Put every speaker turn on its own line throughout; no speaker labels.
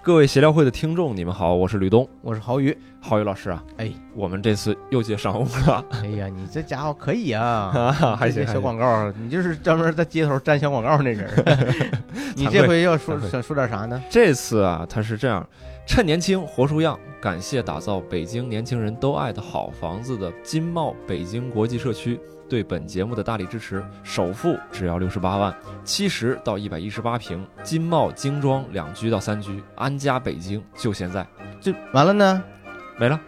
各位协聊会的听众，你们好，我是吕东，
我是郝宇。
郝宇老师啊，
哎，
我们这次又接商务了，
哎呀，你这家伙可以啊！
啊 还
这
行，
些
还
小
行
广告，你就是专门在街头站小广告那人儿。 你这回要说
惭愧
想说点啥呢？
这次啊，他是这样，趁年轻活出样，感谢打造北京年轻人都爱的好房子的金茂北京国际社区对本节目的大力支持，首付只要六十八万，七十到一百一十八平，金茂精装两居到三居，安家北京就现在，
就完了呢？
没了，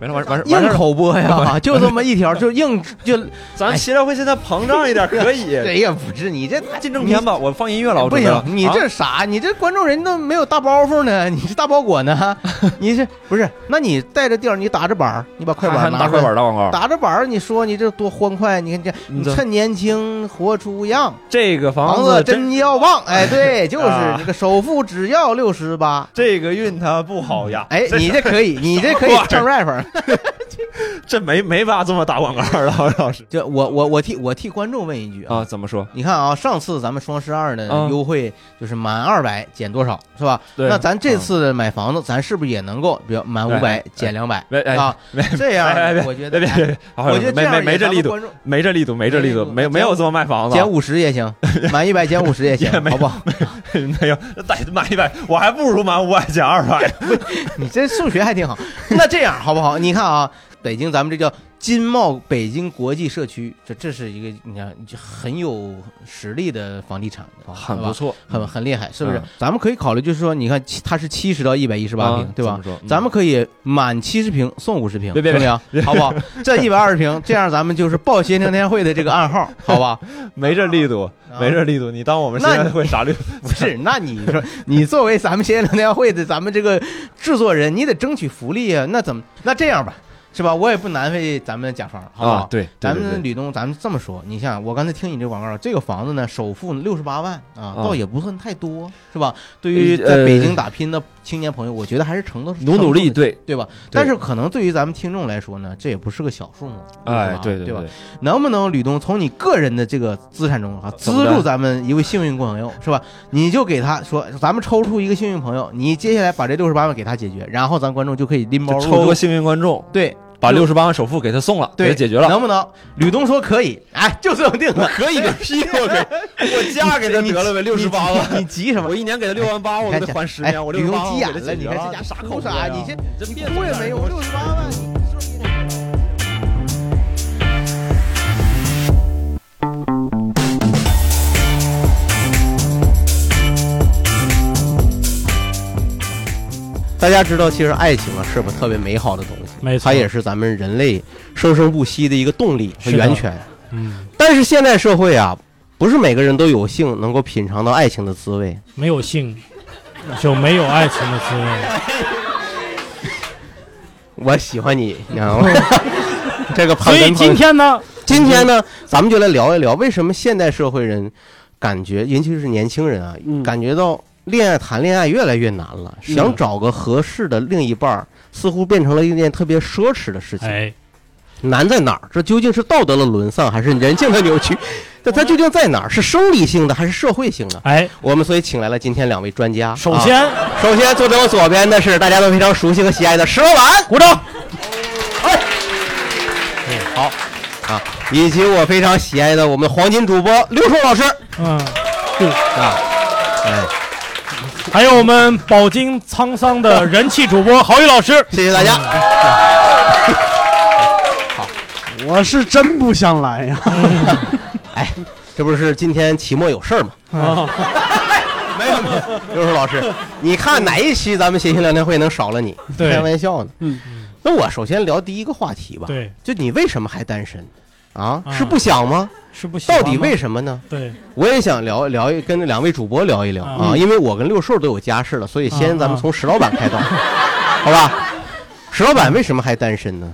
没了，完完完事
硬
儿了，
口播 呀，就这么一条，就硬就
咱协调会现在膨胀一点 可以，
谁也不是你这
进正片吧，我放音乐了，我
不
准备
行
了，，
你这啥？你这观众人都没有大包袱呢， 你是大包裹 呢？你是不是？那你带着地儿，你打着板儿，你把快板
还
儿拿
拿
出
快
来
板打广告，
打着板儿，你说你这多欢快！你看这，
你
你
这
趁年轻活出样，
这个
房
房
子
子
真要 旺！哎，对，就是
啊
那个首付只要六十八。
这个运它不好呀，
哎，
这
你这可以，你这可以唱 rap。
这没没法这么打广告了，郝宇老师
就我我我替我替观众问一句啊
啊，，怎么说？
你看啊，上次咱们双十二的
嗯
优惠就是满二百减多少，是吧？
对啊
那咱这次买房子，咱是不是也能够，比如满五
哎
百减两百
别哎
啊？
别
这样
别别，
我觉
别
得，
别
哎
别，好
我觉得
没
样
没
也
没这
咱们
力度，
观众
没这力度，没这力
没
度，没
力度
没有这么卖房子
减
啊，
五十也行，满一百减五十也行
也，没
好不好？
没有， 再买一百，我还不如买五百减二百。
你这数学还挺好。那这样好不好？你看啊，北京咱们这叫金茂北京国际社区，这这是一个你看就很有实力的房地产的，
很
对
不
吧，
错，
很很厉害，是不是？
嗯
咱们可以考虑，就是说，你看七它是七十到一百一十八平，
啊
对吧？？
怎么说
咱们可以满七十平送五十平，
别别
怎么样？ 好不好？这一百二十平，这样咱们就是报协听天会的这个暗号，好吧？
嗯 没这力度，
啊
没这力度，你当我们现
那你
在会啥力度？
不是，那你说你作为咱们协调联欢会的咱们这个制作人，你得争取福利啊。那怎么？那这样吧，是吧？我也不难为咱们甲方，好不好？
啊，对，对
咱
对
们
对
吕东，咱们这么说，你像我刚才听你这广告，这个房子呢，首付六十八万啊
啊，
倒也不算太多，是吧？对于
呃
在北京打拼的青年朋友，我觉得还是承诺
努努
承受得
力，
起
对，
对吧？但是可能对于咱们听众来说呢，这也不是个小数目，是
哎，
吧
对
对吧
对？，
能不能吕东从你个人的这个资产中啊，
怎么
资
的
助咱们一位幸运朋友是吧？你就给他说，咱们抽出一个幸运朋友，你接下来把这六十八万给他解决，然后咱观众就可以拎包入
就抽
住
个幸运观众，
对
把六十八万首付给他送了，给
对
他解决了。
能不能？吕东说可以，哎，就这么定了。
可以个屁！我 给，我嫁给他得了呗，六十八万。
你急什么
我？一年给他六万八，我给他还十
哎
年，我
吕
六十八
东
万
急
我
眼
给他
了，
解
你
决
看
了。
这家
啥
傻
口
哭
子
啥？
呀
你这
你真
你
别
哭也没用，六十八万。大家知道，其实爱情啊是不特别美好的东西，
没错
它也是咱们人类生生不息的一个动力和
是的
源泉。
嗯，
但是现代社会啊，不是每个人都有幸能够品尝到爱情的滋味。
没有性就没有爱情的滋 味。
我喜欢 你，你知道吗？这个
所
盘
以
根
今
今
天呢，
今天呢，咱们就来聊一聊为什么现代社会人感觉，尤其是年轻人啊，
嗯
感觉到恋爱谈恋爱越来越难了，
嗯
想找个合适的另一半儿，似乎变成了一件特别奢侈的事情。
哎，
难在哪儿？这究竟是道德的沦丧，还是人性的 扭曲？这它究竟在哪儿？是生理性的，还是社会性的？
哎，
我们所以请来了今天两位专家。
首
啊
先
首先，坐在我左边的是大家都非常熟悉和喜爱的石老板，鼓掌。哎，嗯，好啊，以及我非常喜爱的我们黄金主播刘硕老师
嗯，
啊，哎，
还有我们饱经沧桑的人气主播郝宇老师，嗯
谢谢大家。
我是真不想来呀、
哎，这不是今天期末有事儿吗？
嗯
没有没有，刘硕老师，你看哪一期咱们谐星聊天会能少了你？
对
开玩笑呢。
嗯，
那我首先聊第一个话题吧，
对，
就你为什么还单身？啊，
啊
是不想吗？
是不喜欢
到
吗
底为什么呢？
对，
我也想聊聊一跟两位主播聊一聊
啊
啊，因为我跟六兽都有家室了，所以先
啊
咱们从石老板开 刀，好吧？石老板为什么还单身呢？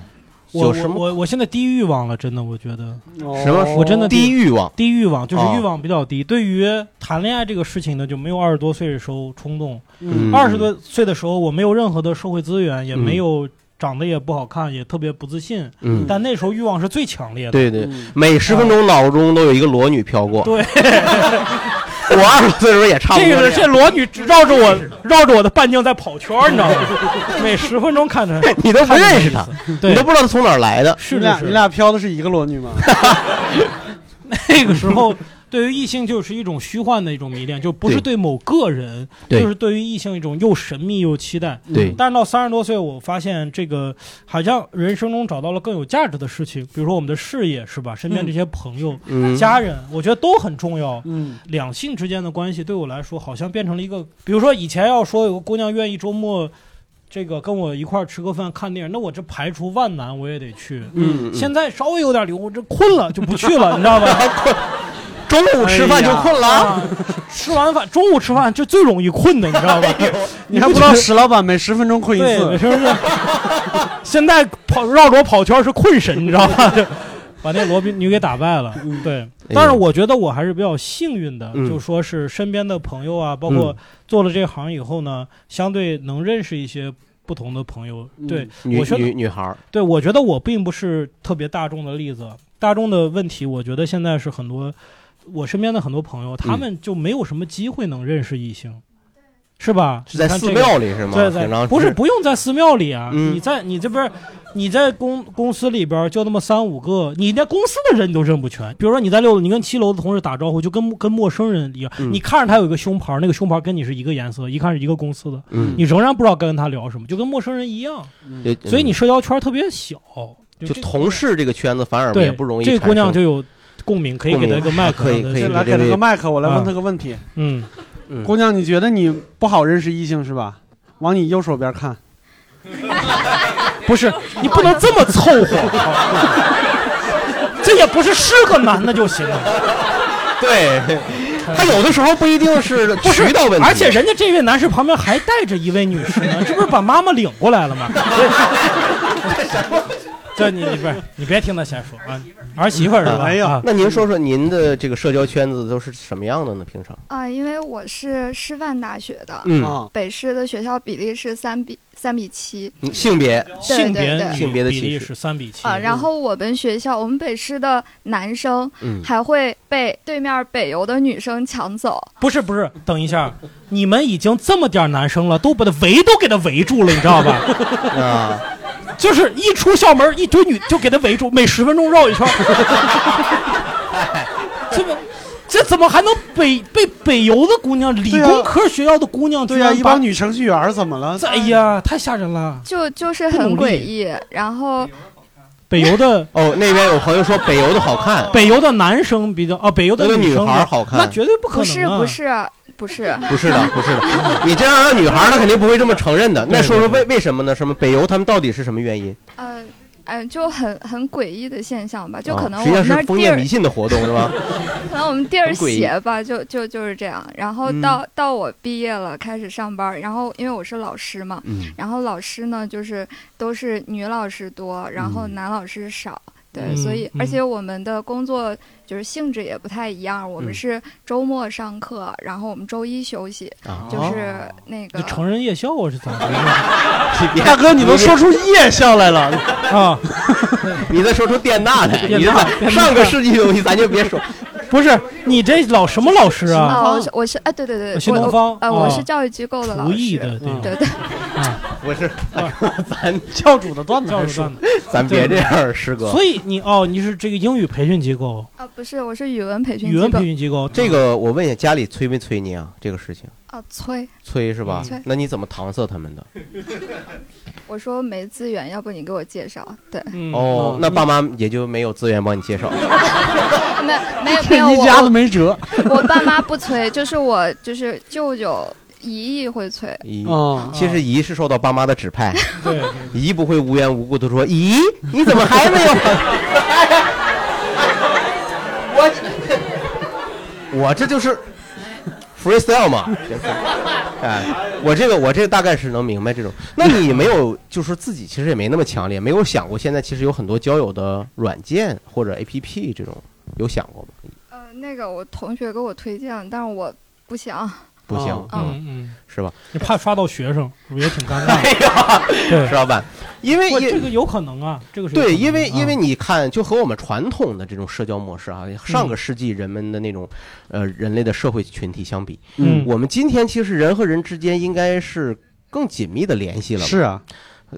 我
有什
我
么
我我现在低欲望了，真的，我觉得
什么
我真的
低欲望？
低欲望就是
哦
欲望比较低。对于谈恋爱这个事情呢，就没有二十多岁的时候冲动。
嗯
二十多岁的时候，我没有任何的社会资源，也
嗯
没有长得也不好看，也特别不自信。
嗯，
但那时候欲望是最强烈的。啊
对对，每十分钟脑中都有一个裸女飘过，
对，
我二十岁的时候也差不
这
多
个
样
这裸女绕着我绕着我的半径在跑圈儿，你知道吗？ 每十分钟看她，
你都不认识他，
对
你都不知道他从哪儿来的。
是
你
的
俩
是
你
的。
俩飘的是一个裸女吗？
那个时候，对于异性就是一种虚幻的一种迷恋，就不是对某个人，
对
就是对于异性一种又神秘又期待。嗯
对
但是到三十多岁，我发现这个好像人生中找到了更有价值的事情，比如说我们的事业是吧？身边这些朋友、
嗯，
家人，我觉得都很重要。
嗯，
两性之间的关系对我来说，好像变成了一个，比如说以前要说有个姑娘愿意周末。这个跟我一块儿吃个饭看电影，那我这排除万难我也得去。
嗯嗯
现在稍微有点理由，我这困了就不去了，你知 道吧？
中午吃饭就困
哎
了啊，
吃完饭，中午吃饭就最容易困的，你知道吧？
哎你还不知道史老板每十分钟困一
对，
次，
是不是？ 现在跑绕着我跑圈是困神，你知 道
哎
吧？就把那罗宾女给打败了。
嗯
对，但是我觉得我还是比较幸运的，
嗯
就说是身边的朋友啊，包
嗯
括做了这行以后呢，相对能认识一些不同的朋友。对，
嗯
女
我觉得
女女孩儿，
对，我觉得我并不是特别大众的例子，大众的问题，我觉得现在是很多我身边的很多朋友，
嗯
他们就没有什么机会能认识异性，是吧？
是在
你看
寺
这个
庙里是吗？
对
平
在
常
不是不用在寺庙里啊，
嗯
你在你这边，你在公公司里边就那么三五个，你连公司的人你都认不全。比如说你在六楼，你跟七楼的同事打招呼，就跟跟陌生人一样，
嗯
你看着他有一个胸牌，那个胸牌跟你是一个颜色，一看是一个公司的，
嗯
你仍然不知道该跟他聊什么，就跟陌生人一样。
也
所以你社交圈特别小，
嗯
就
就
这
同事这个圈子反而
对
也不容易
这
产生。
姑娘就有共鸣，可以给她一个麦克，
共鸣啊
让她
可以可
这啊
以
来给他个麦克，我来问他个问题。
嗯，
嗯
姑娘，你觉得你不好认识异性是吧？往你右手边 看，
不是你不能这么凑
啊
合，这也不是是个男的就行了。
对， 他有的时候不一定是
不是
渠道问题，
而且人家这位男士旁边还带着一位女士呢，这不是把妈妈领过来了吗？ 这你你不是你别听他瞎说啊，儿媳妇儿是吧？
哎呀
啊
那您说说您的这个社交圈子都是什么样的呢？平常，
啊，因为我是师范大学的，
嗯，
啊，
北师的学校比例是三比三比七
嗯性别，
对
性别
对对
性别的
比
歧
例
视
是三比七
啊。然后我们学校，我们北师的男生
嗯
还会被对面北邮的女生抢走。
不是不是，等一下，你们已经这么点儿男生了，都把他围都给他围住了，你知道吧？
啊，
就是一出校门，一堆女就给他围住，每十分钟绕一圈儿。 这不，这怎么还能北被北邮的姑娘、理
对啊
工科学校的姑娘居
对呀、啊
然
一
把
帮女程序员怎么了？
这哎呀，太吓人
啊
了！
就就是
不
很
努
诡
力
异。然后
北邮的，
哦，那边有朋友说北邮的好看
北邮的男生比较啊，北邮的
那个女
生
孩
啊
好看
那绝对不可能、
不
啊。
是不，是不是，
不是 的，不是的， 你这样让女孩，她肯定不会这么承认的。那说说为为什么呢？什么北邮他们到底是什么原因？
嗯嗯，就很很诡异的现象吧。就
啊
可能
实
我
际上
们那
是
儿
封
地
建
儿
迷，信的活动是 吧？
可能我们地儿
很诡异
斜吧，就就就是这样。然后
嗯
到、到我毕业了，开始上班儿，然后因为我是老师嘛，
嗯，
然后老师呢，就是都是女老师多，然
嗯
后男老师少。对，
嗯
所以
嗯
而且我们的工作就是性质也不太一样，我们
嗯
是周末上课，然后我们周一休息，
啊
就是那
这
个
成人夜校啊，是咋回 事
大哥，你都说出夜校来了，
啊？
你再说出电大来，
电
你
大
这
电大
上个世纪的东西咱就别说。
不是你这老什么老师啊？
啊，我是我是哎，对对对，
新
我
东方
我呃，
哦
我是教育机构的老
嗯厨艺
师，
的对
对对，
嗯不是， 咱
教主的段子
教
还
授
说
段子。
咱别这样，师哥。
所以你哦，你是这个英语培训机构、
啊，不是，我是语文培训
语
机
文
构
培，训机构，嗯
这个我问一下，家里催没催你啊？这个事情
啊，催，
催是吧
催？
那你怎么搪塞他们的？
我说没资源，要不你给我介绍，对，
嗯
哦，那爸妈也就没有资源帮你介绍。
没有 没有没有，
这一家子
我
没辙
我爸妈不催，就是我就是舅舅姨姨会催，
咦
哦
啊。
其实姨是受到爸妈的指派，
哦 对，
姨不会无缘无故的说：“咦，你怎么还 没有？” 我我这就是 freestyle 嘛，就是哎， 我这个我这个大概是能明白这种。那你没有就是自己其实也没那么强烈，没有想过现在其实有很多交友的软件或者 APP 这种，有想过吗？
呃，那个我同学给我推荐，但是我不想。
不行，
哦
嗯，
嗯嗯，
是吧？
你怕刷到学生，是不是也挺尴尬的？
石老板， 因为
不
也
这个有可能啊，这个是有可
对，
能的
因为
啊
因为你看，就和我们传统的这种社交模式啊，上个世纪人们的那种，呃，人类的社会群体相比，
嗯
我们今天其实人和人之间应该是更紧密的联系了吧，
是啊，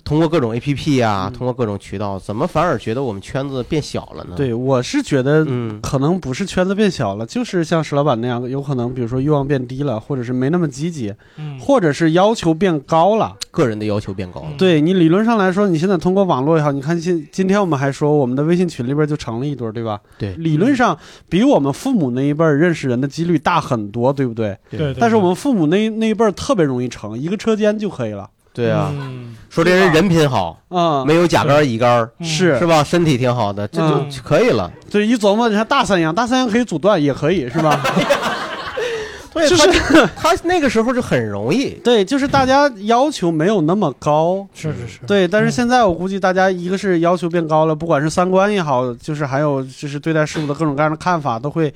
通过各种 A P P 啊，
嗯
通过各种渠道，怎么反而觉得我们圈子变小了呢？，
对，我是觉得
嗯，
可能不是圈子变小了，就是像石老板那样，有可能比如说欲望变低了，或者是没那么积极，
嗯
或者是要求变高了。
个人的要求变高了，
嗯
对你理论上来说，你现在通过网络也好，你看今今天我们还说我们的微信群里边就成了一对儿，对吧？
对
理论上比我们父母那一辈儿认识人的几率大很多，对不对？
对对，
但是我们父母那那一辈儿特别容易成，一个车间就可以了。
对啊，
嗯
说这人人品好，
啊、
没有甲肝儿乙肝儿，
嗯
是
嗯是吧？身体挺好的，这
嗯
就可以了。
对，一琢磨，你看大三阳，大三阳可以阻断，也可以是吧？
对，
就
他
是
他那个时候就很容易，
对，就是大家要求没有那么高。
是是是，
对，但是
嗯
现在我估计大家一个是要求变高了，不管是三观也好，就是还有就是对待事物的各种各样的看法都会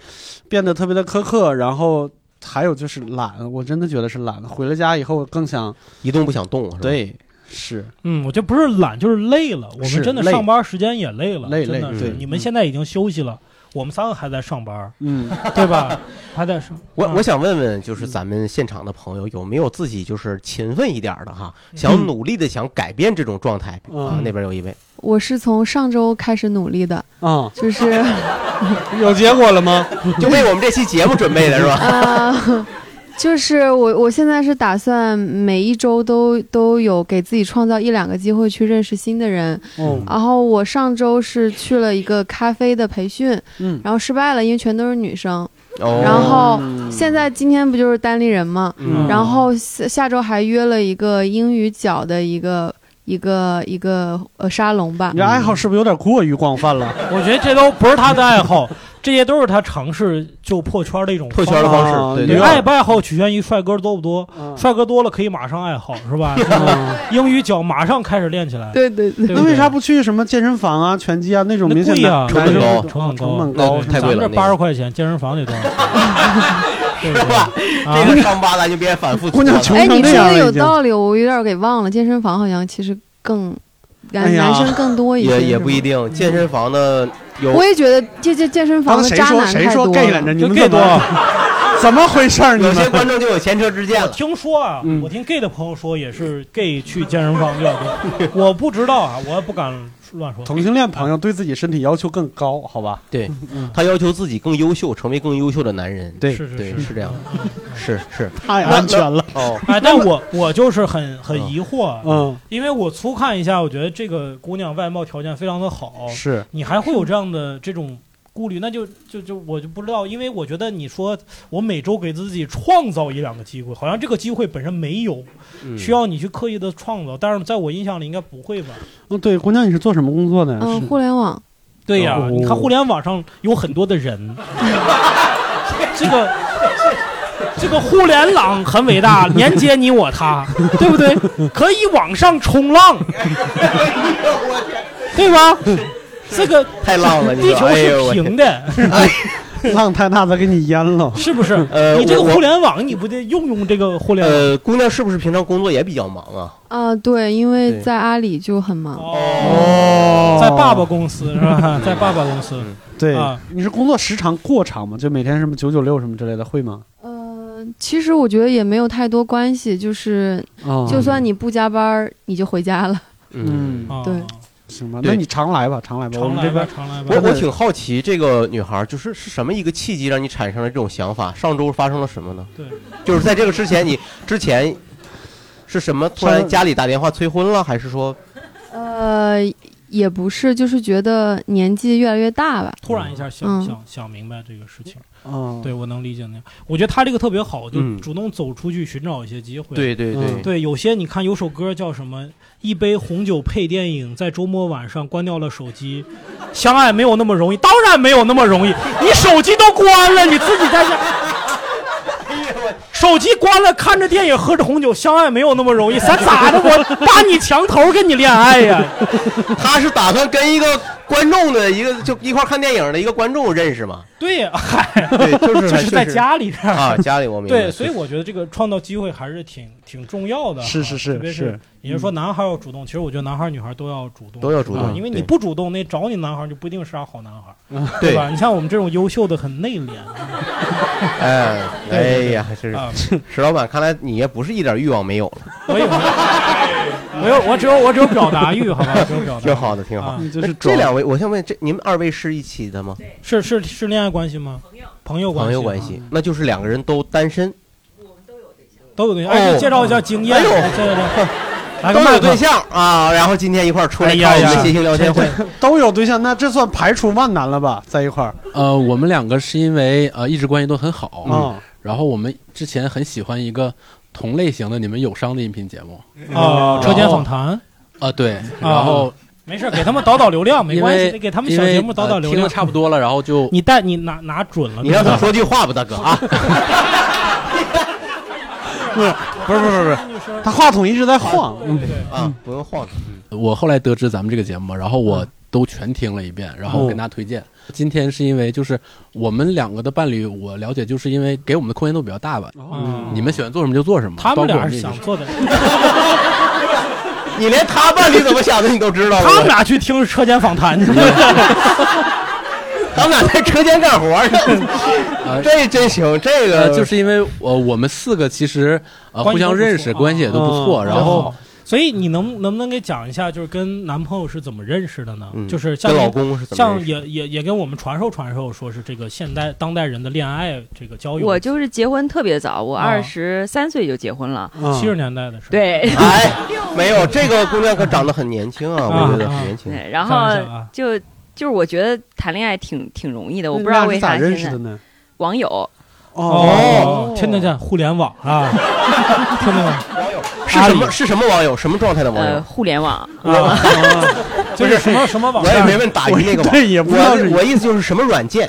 变得特别的苛刻，然后还有就是懒，我真的觉得是懒。回了家以后更想
一动不想动，是吧？
对，是
嗯，我觉得不是懒，就是累了。我
是
们真的
累
上班时间也累了，
累
真的
累
是。
对
你们
嗯
现在已经休息了，我们三个还在上班，
嗯，
对吧？还在上。
我
啊
我想问问，就是咱们现场的朋友有没有自己就是勤奋一点儿的哈，想
嗯
努力的想改变这种状态啊
嗯？
那边有一位，
我是从上周开始努力的，
啊、
就是
有结果了吗？
就为我们这期节目准备的是 吧？
呃，就是我我现在是打算每一周都都有给自己创造一两个机会去认识新的人。
哦，
然后我上周是去了一个咖啡的培训，
嗯，
然后失败了，因为全都是女生。
哦
然后
嗯
现在今天不就是单立人吗？
嗯
然后下下周还约了一个英语角的一个一个一个呃沙龙吧
你。这爱好是不是有点过于广泛了？
我觉得这都不是他的爱好，这些都是他尝试就破圈的一种
破圈的
方法。
方
啊
式，对
你
对
有
爱不爱好取决于帅哥多不多，
嗯
帅哥多了可以马上爱好，是 吧？
嗯
英语角马上开始练起来。
对对对，
对
那
对
为啥不去什么健身房啊、拳击啊那种
那
明显
贵
的
呀？
成本高
成本
成
高，
本
对
高？
太贵了那
咱这
个
八十块钱健身房得 多少？对不对
这
啊
个伤疤咱就别反复
姑娘
说
穷
了
哎，
成
你
这
说
样
的
了
有
已经
道理，我有点给忘了。健身房好像其实更男、
哎呀
啊男生更多一些，
也也
是
不
吗
一。定，健身房的有
我也觉得这这健身
刚
房
才谁
的渣
说
男
谁
太多
说 gay 来着？
了。
你
这
们
gay
怎
多。
么怎么回事儿？你
有
们
些观众就有前车之鉴
我
了。
听说啊，
嗯
我听 gay 的朋友说也是 gay 去健身房比较多，我不知道啊，我也不敢乱说。
同性恋朋友对自己身体要求更高，好吧？
对
嗯，
他要求自己更优秀，成为更优秀的男人。
对
是是
对，
是嗯
是这样，是是
太安全了。
哦，
哎，但我我就是很很疑惑啊，
嗯，
因为我粗看一下，我觉得这个姑娘外貌条件非常的好，
是
你还会有这样的这种顾虑，那就就就我就不知道，因为我觉得你说我每周给自己创造一两个机会，好像这个机会本身没有，
嗯
需要你去刻意的创造，但是在我印象里应该不会吧？
嗯，对，姑娘，你是做什么工作的？
嗯，
是
互联网
对呀、
哦
你看互联网上有很多的人，这个这个互 联网很伟 大，连接你我他，对不对？可以往上 冲浪，对吧？这个
太浪了，你
地
说
球
哎呦
是
我天
平的，
浪太大，咱给你淹了。
是不是？
呃，
你这个
我
互联网，你不得用用这个互联网？
呃，姑娘是不是平常工作也比较忙啊？
啊，对，因为
对
在阿里就很忙。
哦，在爸爸公司是吧？ 在爸爸公
嗯
司，
对
啊，
你是工作时长过长吗？就每天什么九九六什么之类的，会吗？
呃，其实我觉得也没有太多关系，就是
啊，
就算你不加班儿，你就回家了。
嗯，
啊
对
行吧，
对
那你常来吧，常来吧，我
常
们
来
这
吧，
边
常来吧
我。我挺好奇，这个女孩就是是什么一个契机让你产生了这种想法？上周发生了什么呢？
对，
就是在这个之前，你之前是什么？突然
上
家里打电话催婚了，还是说
呃，也不是，就是觉得年纪越来越大吧。
突然一下想
嗯
想想明白这个事情。
啊，
对，我能理解那样。我觉得他这个特别好，就
哦嗯
主动走出去寻找一些机会。
对对
嗯
对，有些你看有首歌叫什么？一杯红酒配电影，在周末晚上关掉了手机，相爱没有那么容易，当然没有那么容易。你手机都关了，你自己在这，手机关了，看着电影，喝着红酒，相爱没有那么容易。咱咋的？我扒你墙头跟你恋爱呀？
他是打算跟一个观众的一个就一块儿看电影的一个观众认识吗？
对呀，嗨，
对，就是
就
还
是在家里边儿
啊，家里我明白。
对，所以我觉得这个创造机会还是挺挺重要的啊，
是是
特别
是
是，也就是说男孩要主动，其实我觉得男孩女孩都要主动，
嗯都要主
啊
动，嗯
因为你不主动，那找你男孩就不一定是啥好男 孩，
对，
吧？你像我们这种优秀的很内敛
哎，哎呀，真是
啊，
石老板，看来你也不是一点欲望没有了，
我有，我有，我只有我只有表达 欲，好吧，我只有表达欲，
挺好的，挺好。
啊，
嗯就是
那这
两。
两位，我想问，这你们二位是一起的吗？
是是是恋爱关系吗？朋友朋友关系，
朋
啊
友关系，那就是两个人都单身，
都有对象。哎，
哦
介绍一下经验，
哎呦
这 这这来
都
个麦
有
克
对，象啊，然后今天一块儿出来
哎
看
呀
我
呀
们谐星聊天会，
都有对象，那这算排除万难了吧？在一块儿
呃，我们两个是因为呃一直关系都很好，
啊
然后我们之前很喜欢一个同类型的你们友商的音频节目
啊，车间访谈，
啊、对，然后
啊没事，给他们导导 流量没
因
关
为
系，给他们
因
小
为
节目导导
呃
流
听的
量。
差不多了，然后 就
你带你拿拿准了，
你让他说句话吧，大哥 啊，
不是不是不是，他话筒一直在晃，嗯
啊，不用晃，
我后来得知咱们这个节目，然后我都全听了一
哦
遍，然后我给大家推荐。今天是因为就是我们两个的伴侣，我了解就是因为给我们的空间都比较大吧，
嗯
你们喜欢做什么就做什么，
他们
包括我
俩
也
是
是
想做的，
你连他伴侣怎么想的你都知道了，
他们俩去听车间访谈去。
他们俩在车间干活 呢，这真行，这
呃，
个
就是因为呃我们四个其实
啊
呃
关
互
系都
相
不
认
错
识，关系也都不错，
嗯
然后
所以你能能不能给讲一下，就是跟男朋友是怎么认识的呢？
嗯
就是像
跟老公是怎么
像
认识的？
也也也跟我们传授传授，说是这个现代当代人的恋爱这个交友，
我就是结婚特别早，我
啊
二十三岁就结婚了。
七十年代的事儿。
对，
哎， 没有，这个姑娘可长得很年轻啊，我觉得很年轻。
对 然
开玩
后
笑啊，
就就是我觉得谈恋爱挺挺容易的，我不知
那
道
是
为
咋
啥
认
现
识的
在
呢？
网友
哦，听得见互联网啊， 听
是
得见
什么是什么网友？什么状态的网
呃
友？
互联网
啊， 就是什么什么网
我也
站
没问打鱼那个网，
对，也不知道是
我我意思就是什么软件，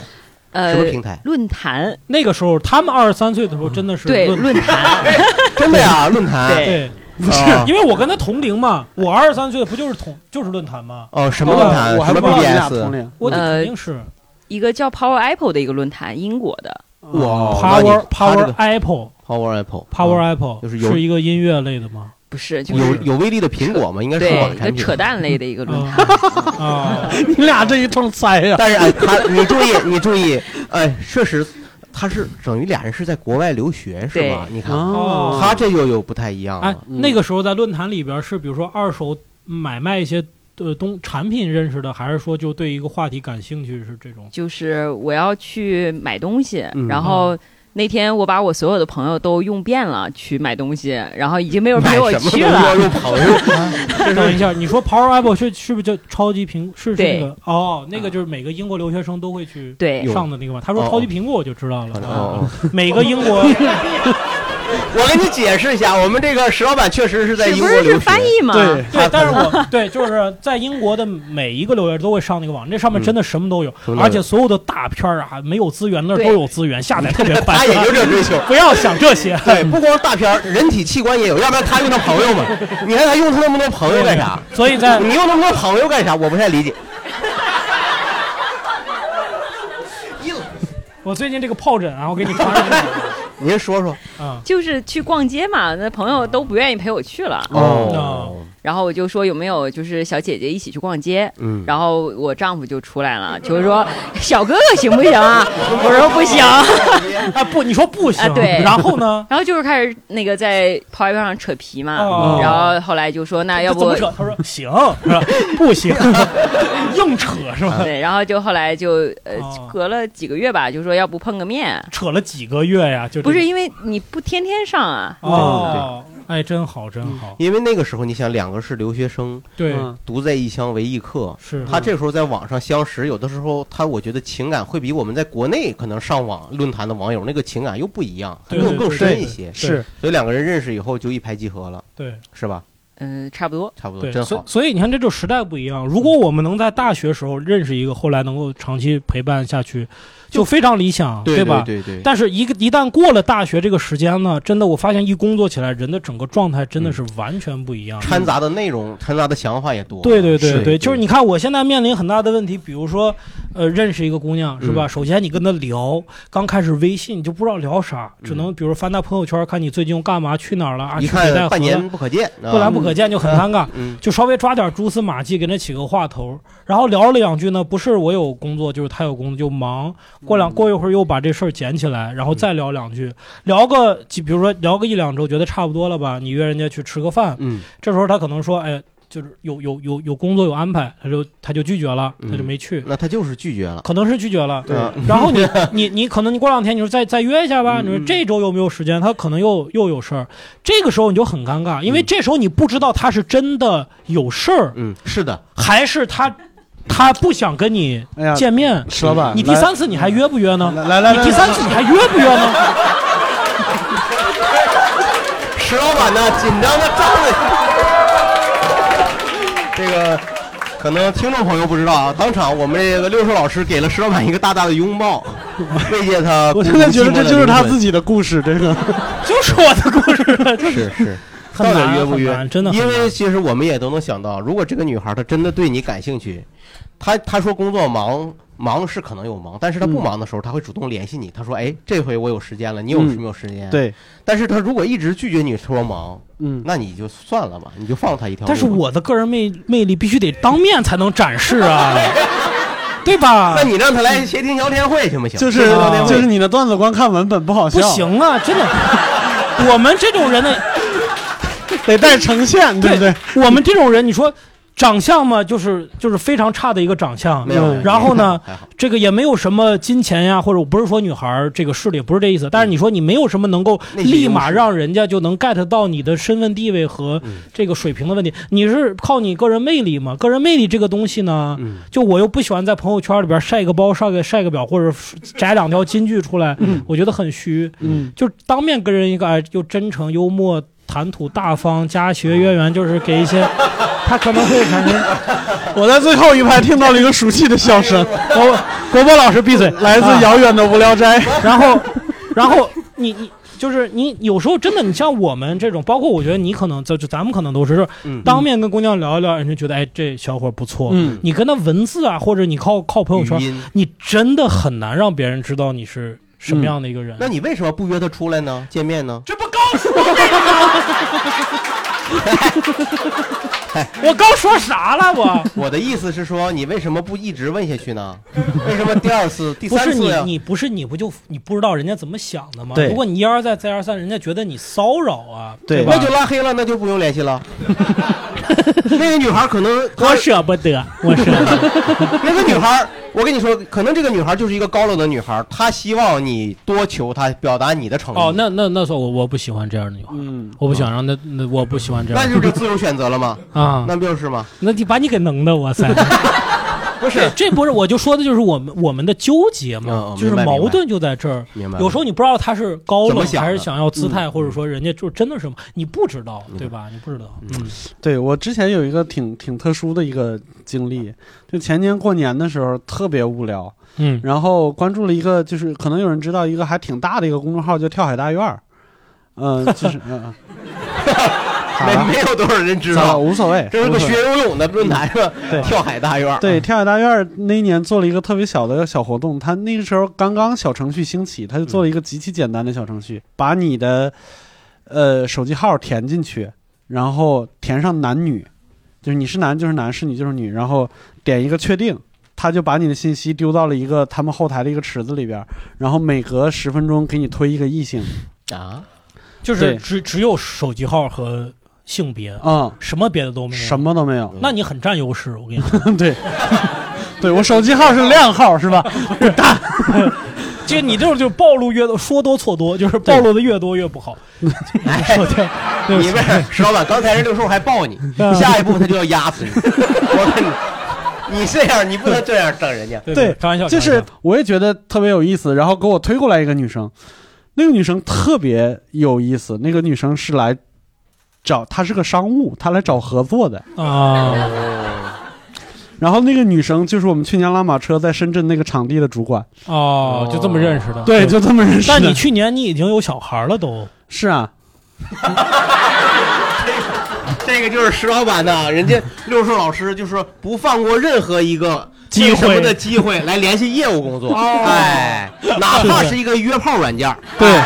呃
什么平台？
论坛
那个时候他们二十三岁的时候真的是
对
论
论坛
哎真的呀，论坛哦
对
对，
不
是 因为我跟他同龄嘛，我二十三岁不就是同就是论坛吗？
哦，什么论坛？
我还
什
不
么
知道你俩
BBS？
同龄。
我
呃
肯定是
一个叫 Power Apple 的一个论坛，英国的。
哇
Power
哦他这
Power
个
Apple
Power Apple
Power
啊
Apple
就是有
是一个音乐类的吗？
不是，就
有
是
有威力的苹果吗？应该是
对
网
一个
产品
扯。淡类的一个论坛。
啊，
你俩这一通猜呀，
但是哎，他你注意你注意，哎，确实他是等于俩人是在国外留学是吧？你看
哦
他这又有不太一样
哎
了，，
那个时候在论坛里边是，比如说二手买卖一些呃东产品认识的，还是说就对一个话题感兴趣是这种？
就是我要去买东西，
嗯
然
哦
后那天我把我所有的朋友都用遍了去买东西，然后已经没有人陪我
买什么都啊
去
要
了。
用朋 友，
啊 等一下，你说 Power Apple 是是不是叫超级苹？是是那
对
个哦，那个就是每个英国留学生都会去
对，
上的那个嘛。他说
哦
超级苹果，我就知道了。
哦
啊每个英 国
我给你解释一下，我们这个石老板确实是在
是
英
不
国
是
留
是
学
翻，译嘛？
对，
对，但是我对就是在英国的每一个留学都会上那个网，那上面真的什么都有，
嗯
而且所有的大片儿啊，没有资源那儿
对
都有资源，下载特 别快
他。也就这追求。
不要想这些。
对，不光是大片儿，人体器官也哎有，要不然他用他朋友嘛？你看他用他那么多朋友干啥？
所以在
你用那么多朋友干啥？我不太理解。
我最近这个疱疹啊，我给你传染了
您说 说。
啊。
就是去逛街嘛，那朋友都不愿意陪我去了，
哦，
然后我就说有没有就是小姐姐一起去逛街，
嗯，
然后我丈夫就出来了，就是说小哥哥行不行啊？我说不行，
啊不，你说不行，
啊对
然后呢？
然后就是开始那个在跑一上扯皮嘛，
哦
然后后来就说那要
这怎
不
么扯？他说行，是吧？不行， 硬扯是吧？
啊对，然后就后来就呃
哦，
隔了几个月吧，就说要不碰个面，
扯了几个月呀，就这
不是因为你不天天上啊，
哦，哎，真好，真好，
因为那个时候你想，两个是留学生，
对，
嗯
独在异乡为异客。
是
他这时候在网上相识，有的时候他我觉得情感会比我们在国内可能上网论坛的网友那个情感又不一样，
对
更更
对
深
对
一些。
是
所以两个人认识以后就一拍即合了，
对
是吧？
嗯，差不多。
差不多，
对，
真
所以
好。
所以你看，这就时代不一样。如果我们能在大学时候认识一个，后来能够长期陪伴下去，就非常理想，
对
吧？
对对，
但是一个一旦过了大学这个时间呢，真的我发现一工作起来，人的整个状态真的是完全不一样。
掺杂的内容、掺杂的想法也多。
对对对
是
对，就是你看我现在面临很大的问题，比如说呃，认识一个姑娘是吧？
嗯
首先你跟她聊，刚开始微信你就不知道聊啥，只能比如翻她朋友圈，看你最近又干嘛，去哪儿了啊？
嗯一
去北戴
看
河
半
了
年，不可见，啊
不然不可见就很尴尬。
嗯
就稍微抓点蛛丝马迹，给人起个话头，然后聊了两句呢，不是我有工作，就是他有工作，就忙。过
嗯
两过一会儿又把这事儿捡起来，然后再聊两句，聊个几，比如说聊个一两周，觉得差不多了吧，你约人家去吃个饭。
嗯
这时候他可能说，哎，就是有有有有工作有安排，他就他就拒绝了，
嗯
他就没去，
那他就是拒绝了。
可能是拒绝了。
对啊，
然后你你你可能你过两天你说再再约一下吧，
嗯
你说
嗯
这周有没有时间？他可能又又有事儿，这个时候你就很尴尬，因为
嗯
这时候你不知道他是真的有事儿，
嗯，是的，
还是他他不想跟你
哎呀，
见面。
石老板，
你第三次你还约不约呢？
来来来
你
来，
第三次你还约不约呢？
石老板呢紧张的张着。这个可能听众朋友不知道啊，当场我们这个六兽老师给了石老板一个大大的拥抱，慰藉 他。
我现在觉得这就是他自
己。
己的故事，这个
就是我的故事，就是
是，
很
到底
难啊
约不
很
约？
难真的很
因
难
为其实我们也都能想到，如果这个女孩她真的对你感兴趣，她她说工作忙。忙是可能有忙，但是她
嗯
不忙的时候，她会主动联系你。她说：“哎，这回我有时间了，你有
嗯
什么有时间？”。
对，
但是她如果一直拒绝你说忙，
嗯，
那你就算了吧，你就放他一条路吧。
但是我的个人魅魅力必须得当面才能展 示啊，对吧
那？你让他来协听聊天会行不行？
就是
协
是
听聊天会
就是你的段子光看文本不好笑，
不，行啊，真的，我们这种人呢，
得带呈现，对不对？
我们这种人，你说长相嘛，就是就是非常差的一个长相
没，有。没有
然 后呢
还好
这个也没有什么金钱呀，或者我不是说女孩儿这个势力，不是这意思。但是你说你没有什么能够
内心优势
立马让人家就能 get 到你的身份地位和
嗯
这个水平的问题，你是靠你个人魅力嘛？个人魅力这个东西呢，
嗯，
就我又不喜欢在朋友圈里边晒个包、晒个晒个表，或者摘两条金句出来，我觉得很虚。
嗯，
就当面跟人一个哎，又真诚、幽默、谈吐大方、家学渊源，就是给一些，他可能会产生。
我在最后一排听到了一个熟悉的笑 声，
国国波老师闭嘴，
来自
啊
遥远的无聊斋。
然后，然后你你就是你有时候真的，你像我们这种，包括我觉得你可能就就咱们可能都是，就是
嗯
当面跟姑娘聊一聊，人就觉得哎这小伙不错。
嗯
你跟他文字啊，或者你靠靠朋友圈
语，音
你真的很难让别人知道你是什
嗯
么样的一个人。
那你为什么不约他出来呢？见面呢？
这不啊刚说
啊
吗？ 我刚说啥了？我
我的意思是说，你为什么不一直问下去呢？为什么第二次、第
不
三
是
次
你
呀，？
你不是你不就你不知道人家怎么想的吗？
对
如果你一而再再而三，人家觉得你骚扰啊，
对
吧
那？就拉黑了，那就不用联系了。那个女孩可能，
我舍不得，我舍不 得。
那个女孩，我跟你说，可能这个女孩就是一个高冷的女孩，她希望你多求她，表达你的诚意。
哦，那那那时候我我不喜欢这样的女孩，
嗯，
我不喜欢让那那我不喜欢这样
那
的
就是自由选择了吗？
啊，
那不就是吗？
那你把你给能的，哇塞！
不
这这不是我就说的就是我们我们的纠结
嗯
嘛
嗯，
就是
明白
矛盾就在这儿。
明白。
有时候你不知道他是高
怎么
冷
想的嗯
还是想要姿态，或者说人家就真的是什么，你不知道，对吧？你不知道，嗯
对我之前有一个挺挺特殊的一个经历，就前年过年的时候特别无聊，
嗯
然后关注了一个就是可能有人知道一个还挺大的一个公众号叫跳海大院儿，嗯、就是嗯，嗯好
没
了
没有多少人知
算了
道，
无所谓，
这是
无
个
所谓
学游泳的论坛是吧？
对
跳海大院儿。
对，跳海大院儿那一年做了一个特别小的小活动，他那个时候刚刚小程序兴起，他就做了一个极其简单的小程序，把你的呃手机号填进去，然后填上男女，就是你是男就是男，是女就是女，然后点一个确定，他就把你的信息丢到了一个他们后台的一个池子里边儿，然后每隔十分钟给你推一个异性，
啊，
就是
对
只只有手机号和性别，
嗯，
什么别的都没有。嗯
什？么都没有，
那你很占优势，我跟你说，
对。对我手机号是靓号是吧？
这个你这种就是暴露越多，说多错多，就是暴露的越多越不好。哦手机对不
你
起
不是石老板，刚才人六叔还抱 你，
嗯
下一步他就要压死你。我跟你，你这样你不能这样整人家。
对
对
开玩笑，
就是
开玩笑
我也觉得特别有意思，然后给我推过来一个女生，那个女生特别有意思，那个女生是来找她是个商务，她来找合作的。
啊，
然后那个女生就是我们去年拉马车在深圳那个场地的主管，
哦，就这么认识的。
对，就这么认识的。
但你去年你已经有小孩了都，
是啊，
这个就是石老板呐，人家六叔老师就说不放过任何一个
机
借什么
会
的机会来联系业务工作，
哦
哎，哪怕是一个约炮软件儿，
对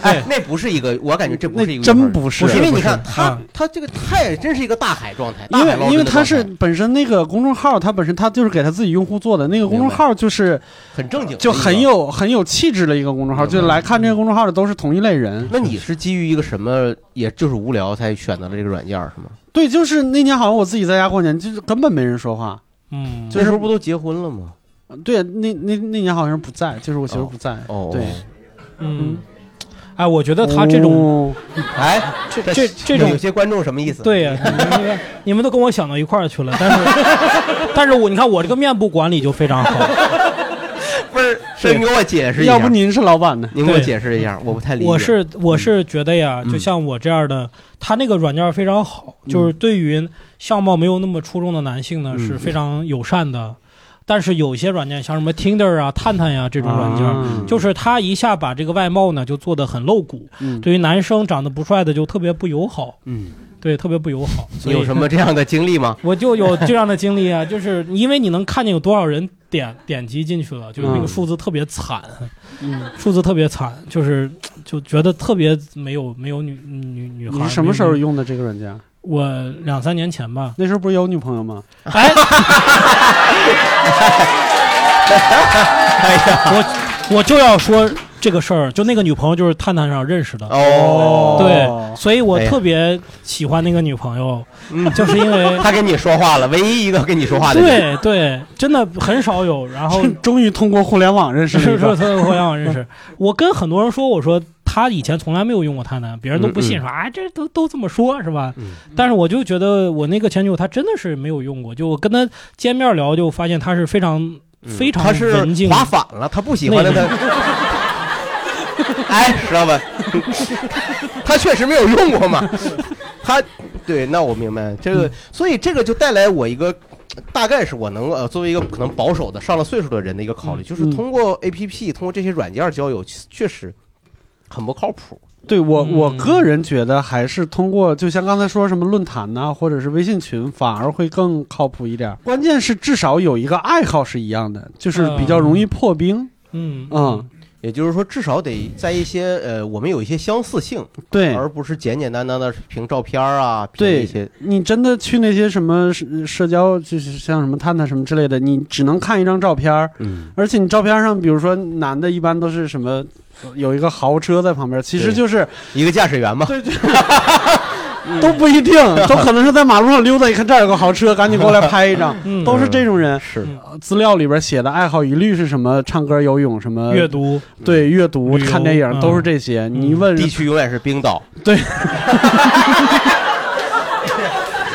哎，那不是一个，我感觉这不是一个约炮软件儿，
真不是，
因为你
不是
看他
嗯
他这个太真是一个大海状态，
因
大海捞
为
针
因
的
为
状
他
态
是本身那个公众号，他本身他就是给他自己用户做的那个公众号，就是
很正经，
就很。有很有气质的一个公众号，
明白
就来看这个公众号的都是同一类人。
那你是基于一个什么，也就是无聊才选择了这个软件儿是吗？
对，就是那年好像我自己在家过年，就是根本没人说话。
嗯，
那时候不都结婚了吗？
对，那那那年好像是不在，就是我媳妇不在。
哦，
对，
嗯，哎，我觉得他这种
种
哎，
这这这
有
种
些观众什么意思？
对呀、你们你们都跟我想到一块儿去了，但是但是我你看我这个面部管理就非常好，
不是，是你给我解释一下，
要不您是老板呢？
您给我
对
解释一下，我不太理解。
我是我是觉得呀，
嗯
就像我这样的，他那个软件非常好，就是对于相貌没有那么出众的男性呢
嗯
是非常友善的。但是有些软件像什么 Tinder 啊、探探呀、这种软件，
啊
就是他一下把这个外貌呢就做得很露骨，
嗯
对于男生长得不帅的就特别不友好，
嗯，
对，特别不友好。
你
所以
有什么这样的经历吗？
我就有这样的经历啊，就是因为你能看见有多少人点点击进去了，就是那个数字特别惨，
嗯
数字特别惨，就是就觉得特别没有没有女女女孩。
你是什么时候
没有？
用的这个软件？
我两三年前吧。
那时候不是有女朋友吗？
哎，
哎呀，
我我就要说这个事儿，就那个女朋友就是探探上认识的，
哦，
对，所以我
哎呀
特别喜欢那个女朋友，
嗯
就是因为。
他跟你说话了，唯一一个跟你说话的人。
对对，真的很少有。然后
终于通过互联网认识
是
了
是
一
是，
个。
特别互联 网认识。我跟很多人说，我说他以前从来没有用过探探，别人都不信，
嗯嗯
说啊这都都这么说，是吧？
嗯
但是我就觉得我那个前女友她真的是没有用过，就我跟她见面聊，就发现她是非常
嗯
非常
他是
文静
滑反了，他不喜欢
内
的他
敛。
哎，石老板， 他确实没有用过 嘛。他对，那我明白这
嗯
个，所以这个就带来我一个，大概是我能呃作为一个可能保守的上了岁数的人的一个考虑，就是
嗯
通过 A P P 通过这些软件交友，确实很不靠谱。
对我
嗯
我个人觉得还是通过，就像刚才说什么论坛呐、或者是微信群，反而会更靠谱一点。关键是至少有一个爱好是一样的，就是比较容易破冰。
嗯
嗯，
也就是说，至少得在一些呃，我们有一些相似性，
对。
而不是简简单单的凭照片儿啊，凭
对
一些
你真的去那些什么社社交，就是像什么探探什么之类的，你只能看一张照片儿，
嗯，
而且你照片上，比如说男的，一般都是什么，有一个豪车在旁边，其实
对
就是
一个驾驶员嘛，
对对， 都 不一定，都可能是在马路上溜达，一看这儿有个豪车，赶紧过来拍一张，
嗯，
都是这种人。
是
嗯
呃资料里边写的爱好一律是什么？唱歌、游泳，什么
阅读，
对阅读、
旅游
看电影，
嗯
都是这些。你一问
嗯地区永远是冰岛。
对，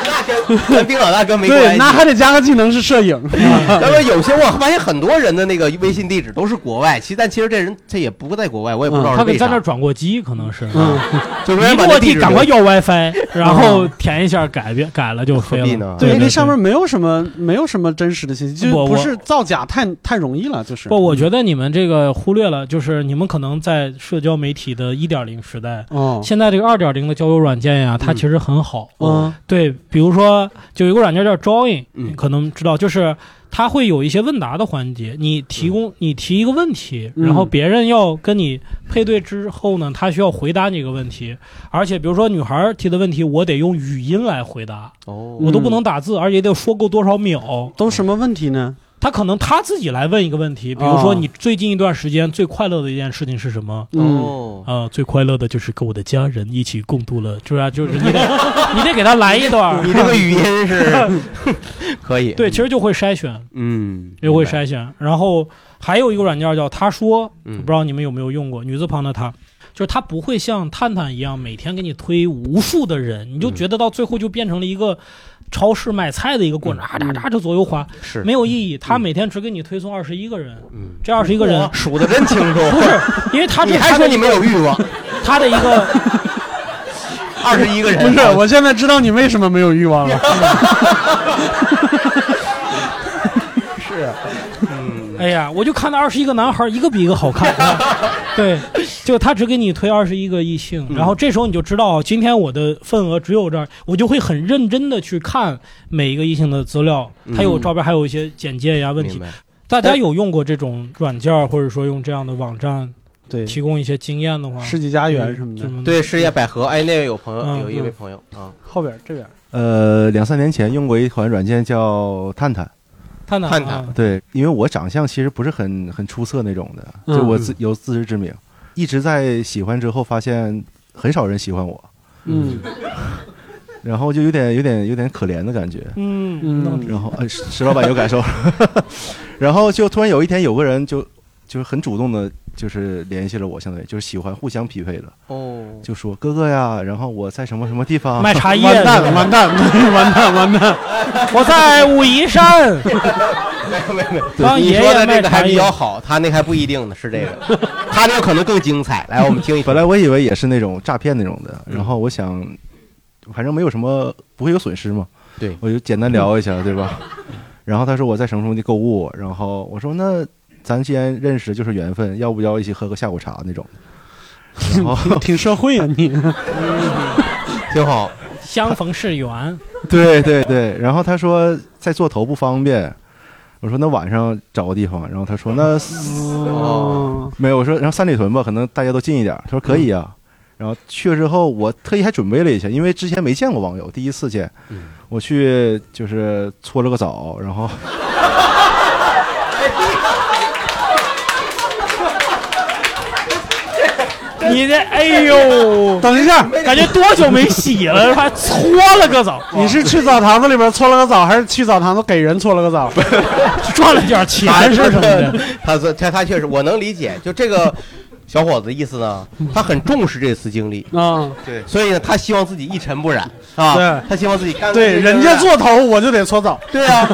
那跟跟冰岛大哥没关
对，
系。
那还得加个技能是摄影。
那么有些我发现很多人的那个微信地址都是国外，其实但其实这人他也不在国外，我也不知道
嗯
是
他给
为
在那
啥
儿。转过机，可能是。
嗯，
就是
一
人把
落
那地
地
址
赶快
留
要 WiFi，然后填一下改变改了就
何
飞
必
了。
呢？
对，
对
那
对
上面没有什么没有什么真实的信息，就
我
不
我
是造假太太容易了，就是
不，我觉得你们这个忽略了，就是你们可能在社交媒体的一点零时代，
哦，
现在这个二点零的交友软件呀，它其实很好。
嗯
哦
对，比如说就有一个软件叫 Join，
嗯
你可能知道，就是它会有一些问答的环节，你提供你提一个问题，
嗯
然后别人要跟你配对之后呢，他需要回答你一个问题，而且比如说女孩提的问题，我得用语音来回答，
哦
我都不能打字，而且得说够多少秒。
嗯都什么问题呢？
他可能他自己来问一个问题，比如
哦
说你最近一段时间最快乐的一件事情是什么？
嗯，
哦，
啊、最快乐的就是跟我的家人一起共度了，就是啊，就是你得 你得给他来一段 儿，
你这个语音是可以，
对，其实就会筛选，
嗯，
也会
明白
筛选。然后还有一个软件叫他说，
嗯
我不知道你们有没有用过，女字旁的他，就是他不会像探探一样每天给你推无数的人，你就
嗯
觉得到最后就变成了一个超市买菜的一个过程，啊哒哒就左右滑，
嗯是
没有意义。他每天只给你推送二十一个人，
嗯
这二十一个人
哇。数的真清楚，
不是，因为他这
你还
他
说
的
你
一
没有欲望，
他的一个
二十一个人
不是，我 现在知道你为什么没有欲望了。
是，嗯，啊嗯
哎呀，我就看那二十一个男孩儿，一个比一个好看。对，就他只给你推二十一个异性，然后这时候你就知道今天我的份额只有这儿，我就会很认真的去看每一个异性的资料，还有
嗯
照片，还有一些简介呀问题
明。白
大家有用过这种软件儿，或者说用这样的网站
对，
提供一些经验的话，嗯
世纪佳缘什么的，
的
对，事业百合，哎，那位有朋友，
嗯
有一位朋友啊，
后边这边
呃，两三年前用过一款软件叫探探，
探探
探
啊
探
对，因为我长相其实不是很很出色那种的，
嗯
就我自有自知之明，一直在喜欢之后发现很少人喜欢我，
嗯
然后就有点有点有点可怜的感觉。
嗯
嗯
然后呃，石石老板有感受， 然后就突然有一天有个人就就是很主动的，就是联系了我，相当于就是喜欢互相匹配的，
哦，
就说哥哥呀，然后我在什么什么地方
卖茶叶，
完蛋了，完蛋了，完蛋，完蛋！
我在武 夷山，帮
你
爷
说
爷
的
卖
这个还
茶
比
叶
较。好，他那还不一定呢，是这个，他那个可能更精彩。来，我们听一听。
本来我以为也是那种诈骗那种的，
嗯
然后我想，反正没有什么不会有损失嘛，
对
我就简单聊一下，对吧？ 然后他说我在什么什么地购物，然后我说那咱既然认识就是缘分，要不要一起喝个下午茶那种？然后
挺挺社会啊你，
挺好，
嗯相逢是缘，
对对对，然后他说在做头不方便，我说那晚上找个地方，然后他说那
哦，
没有，我说然后三里屯吧，可能大家都近一点儿。他说可以啊，然后去了之后，我特意还准备了一下，因为之前没见过网友，第一次见，我去就是搓了个澡，然后
你这哎呦，
等一下，
感觉多久没洗了，还搓了个澡，
你是去澡堂子里边搓了个澡，还是去澡堂子给人搓了 个澡？
赚了点钱是什么的？
他说他他确实，我能理解，就这个小伙子的意思呢，他很重视这次经历，
啊，
所以呢，他希望自己一尘不染啊，
对
他希望自己干干
对，
净净
人家
的
做头，我就得搓澡。
对啊，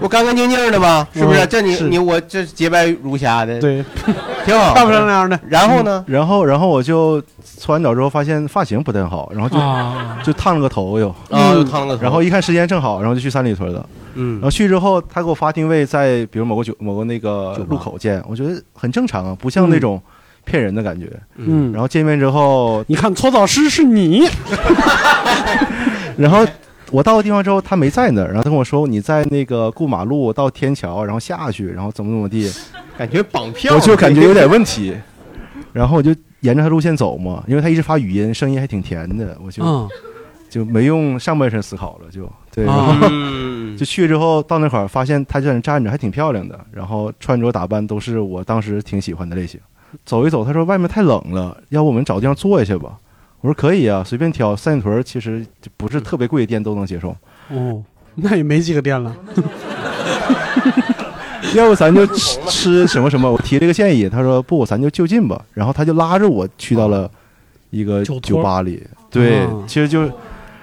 我干干净净的嘛，是不是？
嗯
这你
是
你我这洁白如霞的，，
对，
挺好。
漂漂亮亮的。
然后呢？嗯
然后然后我就搓完澡之后发现发型不太好，然后就、
啊，
就烫了个头又，
啊，又烫了个头，
然后一看时间正好，然后就去三里屯了。然
嗯
后去之后，他给我发定位在比如某个酒某个那个
酒吧
路口见，我觉得很正常啊，不像那种骗人的感觉。
嗯，
嗯，
然后见面之后，
你看搓澡师是你，
然后我到的地方之后，他没在那儿，然后他跟我说你在那个过马路到天桥，然后下去，然后怎么怎么地，
感觉绑票，
啊
我就感觉有点问题。然后我就沿着他路线走嘛，因为他一直发语音，声音还挺甜的，我就、
嗯
就没用上半身思考了，就对。然后
啊，
嗯，
就去之后到那块儿，发现他就在那站着，还挺漂亮的，然后穿着打扮都是我当时挺喜欢的类型。走一走，他说外面太冷了，要不我们找地方坐一下吧？我说可以啊，随便挑。三里屯其实就不是特别贵的店都能接受。
哦，那也没几个店了。
要不咱就吃吃什么什么？我提了一个建议，他说不，咱就就近吧。然后他就拉着我去到了一个
酒托
酒吧里，对
啊，
其实就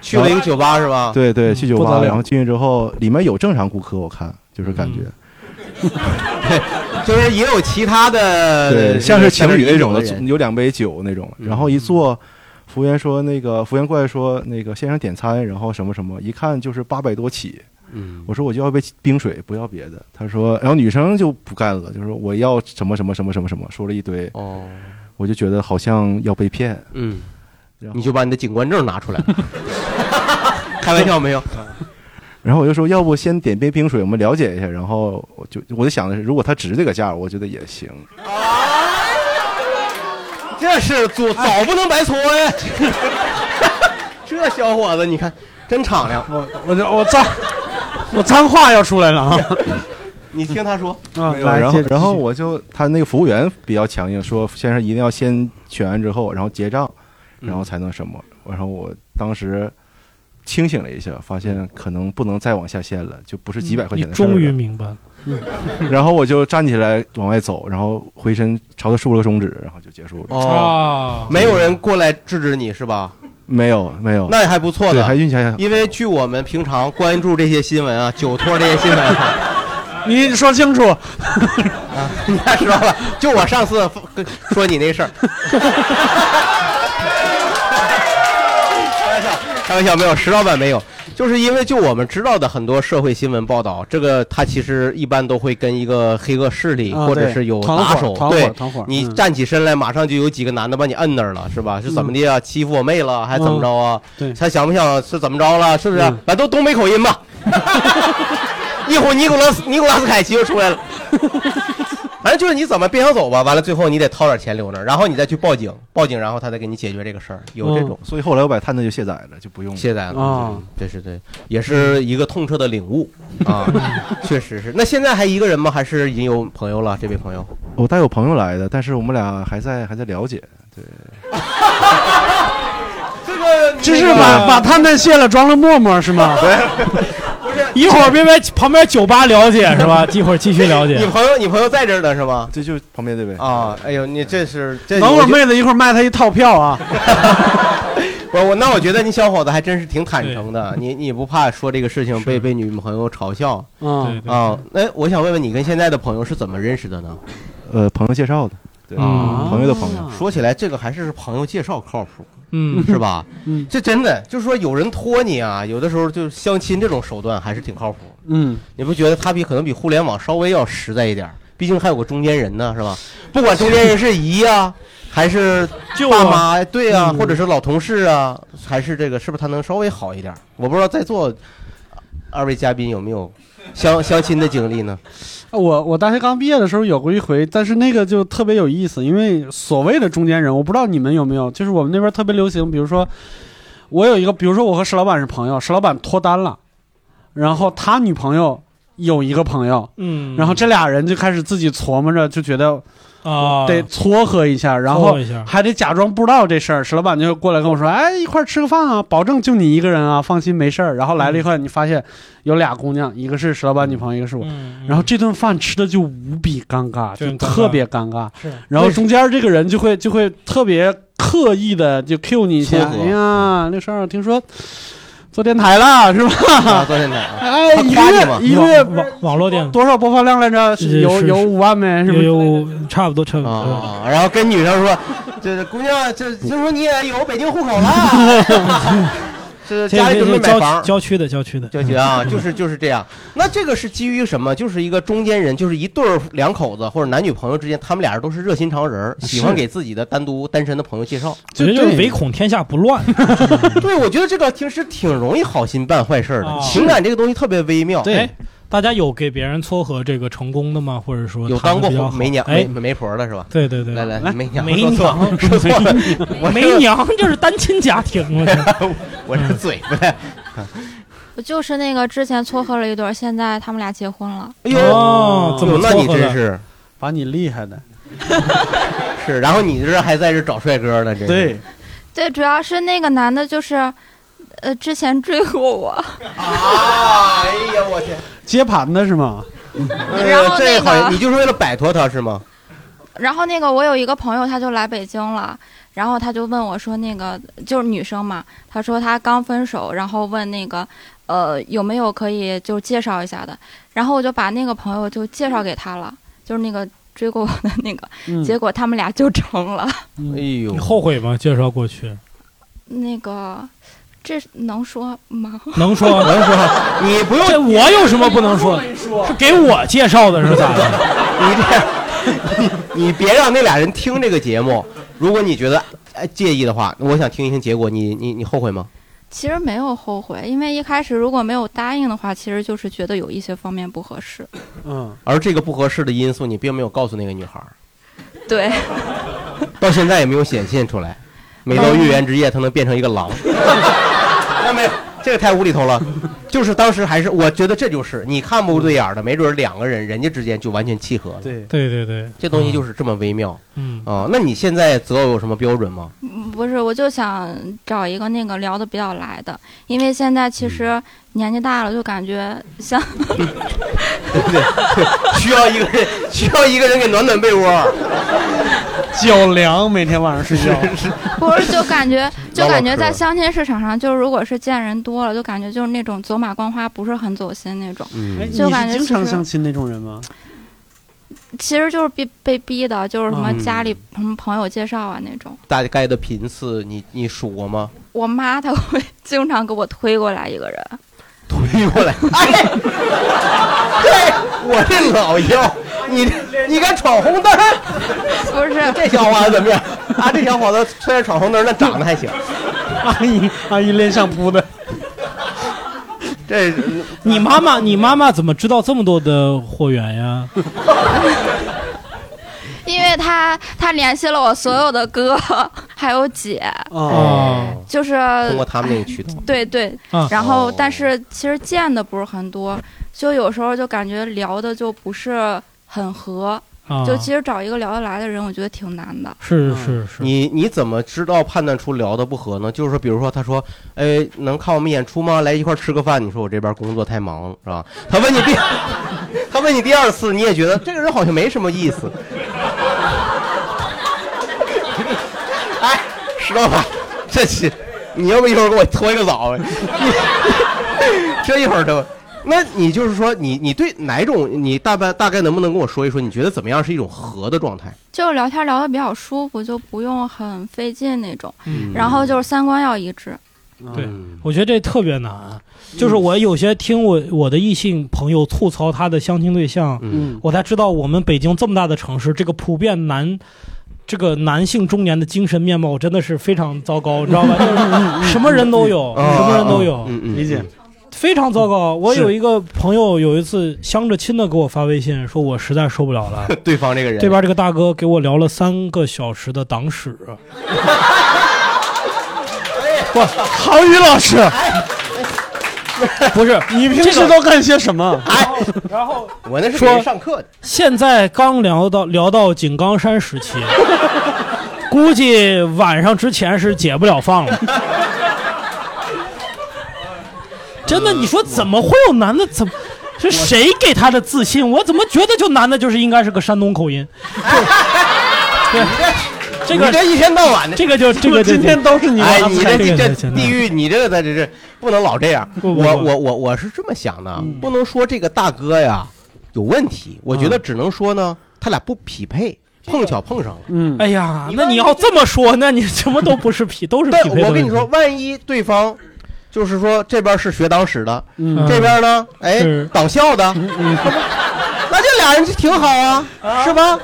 去了一个酒吧是吧？
对对，去
嗯
酒
不得
吧，
了
然后进去之后，里面有正常顾客，我看就是感觉
嗯
就是也有其他的，
对，像是情侣呃那种的，
人
有两杯酒那种。
嗯
然后一坐，服务员说那个服务员过来说那个先生点餐，然后什么什么，一看就是八百多起。
嗯，
我说我就要一杯冰水，不要别的。他说，然后女生就不干了，就说我要什么什么什么什么什么，说了一堆，
哦，
我就觉得好像要被骗。
嗯，
然后
你就把你的警官证拿出来，开玩笑没有？
然后我就说，要不先点杯冰水，我们了解一下。然后我就我就想的是，如果他值这个价，我觉得也行。
这是做澡不能白搓呀， 这小伙子你看真敞亮，
我我这我脏，我脏话要出来了啊！
你听他说，
啊，
没有
来，
哎然后
接着
然后
继续
我就他那个服务员比较强硬，说先生一定要先选完之后，然后结账，
嗯
然后才能什么。然后我当时清醒了一下，发现可能不能再往下陷了，就不是几百块
嗯你
钱的嗯事儿了。
终于明白了，
然后我就站起来往外走，然后回身朝他竖了个中指，然后就结束了。
哦，
啊，
没有人过来制止你是吧？
没有没有，
那还不错
对
呢，
还运气还好。
因为据我们平常关注这些新闻啊， 酒托这些新闻、 啊，
你说清楚，
你看石老板，就我上次跟说你那事儿， 开玩笑，开玩笑，没有，石老板没有，就是因为就我们知道的很多社会新闻报道，这个他其实一般都会跟一个黑恶势力
啊
或者
对
是有
团
打
伙
手，
团伙
对
团伙，
你
嗯
站起身来，马上就有几个男的把你摁那儿了，是吧？是怎么的
嗯
啊？欺负我妹了，还怎么着
嗯
啊？
对
他想不想是怎么着了？是不是？咱都东北口 音吧。一会儿尼古拉斯尼古拉斯凯奇又出来了，反正就是你怎么别想走吧，完了最后你得掏点钱留那儿，然后你再去报警，报警然后他再给你解决这个事儿，有这种。
嗯所以后来我把探子就卸载了，就不用
卸载了
啊
哦
对是对，也是一个痛彻的领悟 啊，确实是。那现在还一个人吗？还是已经有朋友了？这位朋友，
我带我朋友来的，但是我们俩还在还在了解，对，
这个
就是把把探探卸了，装了陌陌是吗？
一会儿别别旁边酒吧了解是吧？一会儿继续了
你
解。
朋友，你朋友在这儿呢是吗？
这就旁边这位，
啊，哎呦，你这是这
等会
我
儿
觉
妹子一会儿卖他一套票啊！
我我那我觉得你小伙子还真是挺坦诚的，你你不怕说这个事情被被女朋友嘲笑
嗯
对，对
啊？那我想问问你跟现在的朋友是怎么认识的呢？
呃，朋友介绍的，对，
嗯
啊
嗯朋友的朋友，
说起来，这个还是朋友介绍靠谱，
嗯，
是吧？
嗯
这真的就是说有人托你啊，有的时候就是相亲这种手段还是挺靠谱。
嗯，
你不觉得它比可能比互联网稍微要实在一点儿？毕竟还有个中间人呢，是吧？不管中间人是姨啊，还是
就
爸
我
妈对啊，或者是老同事啊，还是这个是不是他能稍微好一点儿？我不知道在座二位嘉宾有没有相相亲的经历呢？
啊我我大学刚毕业的时候有过一回，但是那个就特别有意思，因为所谓的中间人，我不知道你们有没有，就是我们那边特别流行，比如说我有一个，比如说我和石老板是朋友，石老板脱单了，然后他女朋友有一个朋友，
嗯，
然后这俩人就开始自己琢磨着，就觉得
啊
得撮合一下，然
凑
后
合一下
还得假装不知道这事儿。石老板就过来跟我说：“哎，一块儿吃个饭啊，保证就你一个人啊，放心没事儿。”然后来了以后，你发现有俩姑娘，一个是石老板女朋友，一个是我。
嗯，嗯
然后这顿饭吃的就无比尴尬，
就
就
很尴尬
特别尴尬。
是
然后中间这个人就会就会特别刻意的就 cue 你一下，
撮合
哎呀，六十二，听说做电台了是吧？
啊，昨天的啊
哎，
他
一
夸你吗
个月一个月
网网网络电
多少播放量来着？
是
是有
是
有五万没？是不
有
是？
有差不多差不多。
啊，然后跟女生 说，这这姑娘，这听说你也有北京户口 了，这
这
家里
这
准备
这
买
郊
房。
郊区的郊区的，
就觉得啊，就是就是这样。那这个是基于什么？就是一个中间人，就是一对儿两口子或者男女朋友之间，他们俩人都是热心肠人儿，喜欢给自己的单独单身的朋友介绍。
我觉得就是唯恐天下不乱。
对，我觉得这个平时挺容易好心办坏事儿的
哦，
情感这个东西特别微妙。
哎，大家有给别人撮合这个成功的吗？或者说
有
谈
当
得
过
比较好
媒娘、媒
哎，
媒婆的是吧？
对对对，
来来，媒娘，
媒
说错了，
娘
说错 了，我
没娘就是单亲家庭，我天
我这嘴不太。
我就是那个之前撮合了一对儿，现在他们俩结婚了。
哎呦，
哦怎么
那你
撮合
真
的
是
把你厉害的，
是，然后你这还在这找帅哥呢，这是
对，
对，主要是那个男的，就是，呃，之前追过我，
啊！哎呀，我天！
接盘的是吗？
哎
然
呀
后，
这
那
好像
个
你就是为了摆脱他是吗？
然后那个我有一个朋友，他就来北京了，然后他就问我说，那个就是女生嘛，他说他刚分手，然后问那个，呃，有没有可以就介绍一下的，然后我就把那个朋友就介绍给他了，就是那个追过我的那个，
嗯
结果他们俩就成了，
哎
哎
呦
嗯你，后悔吗？介绍过去
那个。这能说吗？
能 说能说，
你不用
这我有什么不能说？是 给我介绍的是咋的？
你这样，你你别让那俩人听这个节目。如果你觉得哎介意的话，我想听一听结果。你你你后悔吗？
其实没有后悔，因为一开始如果没有答应的话，其实就是觉得有一些方面不合适。
嗯，
而这个不合适的因素，你并没有告诉那个女孩儿，
对，
到现在也没有显现出来。每到月圆之夜，她能变成一个狼。
嗯
那没有，这个太无厘头了。就是当时还是，我觉得这就是你看不对眼儿的，没准儿两个人人家之间就完全契合了。
对，
对对对，
这东西就是这么微妙
嗯，
啊、那你现在择偶有什么标准吗？
嗯不是，我就想找一个那个聊得比较来的，因为现在其实年纪大了，就感觉像
对不对？需要一个人，需要一个人给暖暖被窝。
脚凉，每天晚上 睡觉，
不是，就感觉就
唠唠
感觉
嗑
在相亲市场上，就是如果是见人多了，就感觉就是那种走马观花，不是很走心那种。
哎
嗯
你
就感
是
觉
经常
其实
相亲那种人吗？
其实就是被被逼的，就是什么
嗯
家里什么朋友介绍啊那种。
大概的频次，你你数过吗？
我妈她会经常给我推过来一个人，
逼过 来，哎，对我这老妖，你这你敢闯红灯？
不是
这小伙子怎么样？啊，这小伙子虽然闯红灯，但长得还行。
阿姨，阿姨脸上扑的。
这
你妈妈，你妈妈怎么知道这么多的货源呀？
因为他他联系了我所有的哥 还有姐，
哦，
就是哎
通过他们那个渠道。
对对
啊，
然后但是其实见的不是很多，就有时候就感觉聊的就不是很合
啊，
就其实找一个聊得来的人，我觉得挺难的。
是是是，
你你怎么知道判断出聊的不合呢？就是说，比如说他说，哎，能看我们演出吗？来一块儿吃个饭。你说我这边工作太忙了，是吧？他问你第， 他问你第二次，你也觉得这个人好像没什么意思。 哎，石老板，这是你要不一会儿给我搓一个澡？你 这一会儿都，那你就是说，你你对哪种，你大概大概能不能跟我说一说？你觉得怎么样是一种合的状态？
就聊天聊得比较舒服，就不用很费劲那种。
嗯
然后就是三观要一致。
对，我觉得这特别难。啊就是我有些听我我的异性朋友吐槽他的相亲对象，
嗯
我才知道我们北京这么大的城市，这个普遍男。这个男性中年的精神面貌真的是非常糟糕，你知道吧？ 就是什么人都有，
嗯
什么人都有，
嗯嗯嗯理解。
非常糟糕。我
嗯是
有一个朋友，有一次相着亲的给我发微信，说我实在受不了了。
对方这个人，
对边这个大哥给我聊了三个小时的 党史，
哎
哇，郝宇老师，
哎
不是
你平
这
时
个
都干些 什么？
然后
我那是给
说
人上课的。
现在刚聊到聊到井冈山时期， 估计晚上之前是解不了放了。真的，你说怎么会有男的怎么？是谁给他的自信？我怎么觉得就男的就是应该是个山东口音？对，这个
你这一天到晚的，
这个就这个就
哎，
安
你这
排这
这
个
这地狱，你这个在这这不能老这样。
不不嗯
我我我我是这么想的，不能说这个大哥呀有问题，我
嗯
觉得只能说呢，他俩不匹配，碰巧碰上了。
嗯，
哎呀，那你要这么说，那你什么都不是匹，都是匹
但
配的
我跟
问
你
题
说，万一对方就是说这边是学党史的，
嗯
这边呢，哎
是，嗯
党校的，那这俩人就挺好啊，是吧？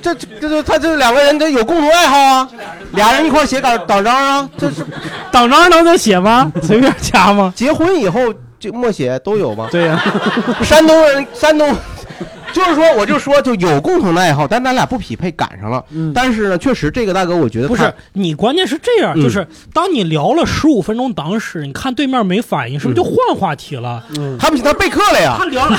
这这这这他这两个人都有共同爱好啊，俩人一块儿写党党章啊，这是
党章能能写吗？随便加吗？
结婚以后就默写都有吗？
对呀、
山东人，山东。就是说，我就说，就有共同的爱好，但咱俩不匹配，赶上了。但是呢，确实这个大哥，我觉得
嗯不
他
是你，关键是这样，
嗯
就是当你聊了十五分钟党史，你看对面没反应，是不是就换话题了？
他不行，嗯他备课了呀
他。聊了，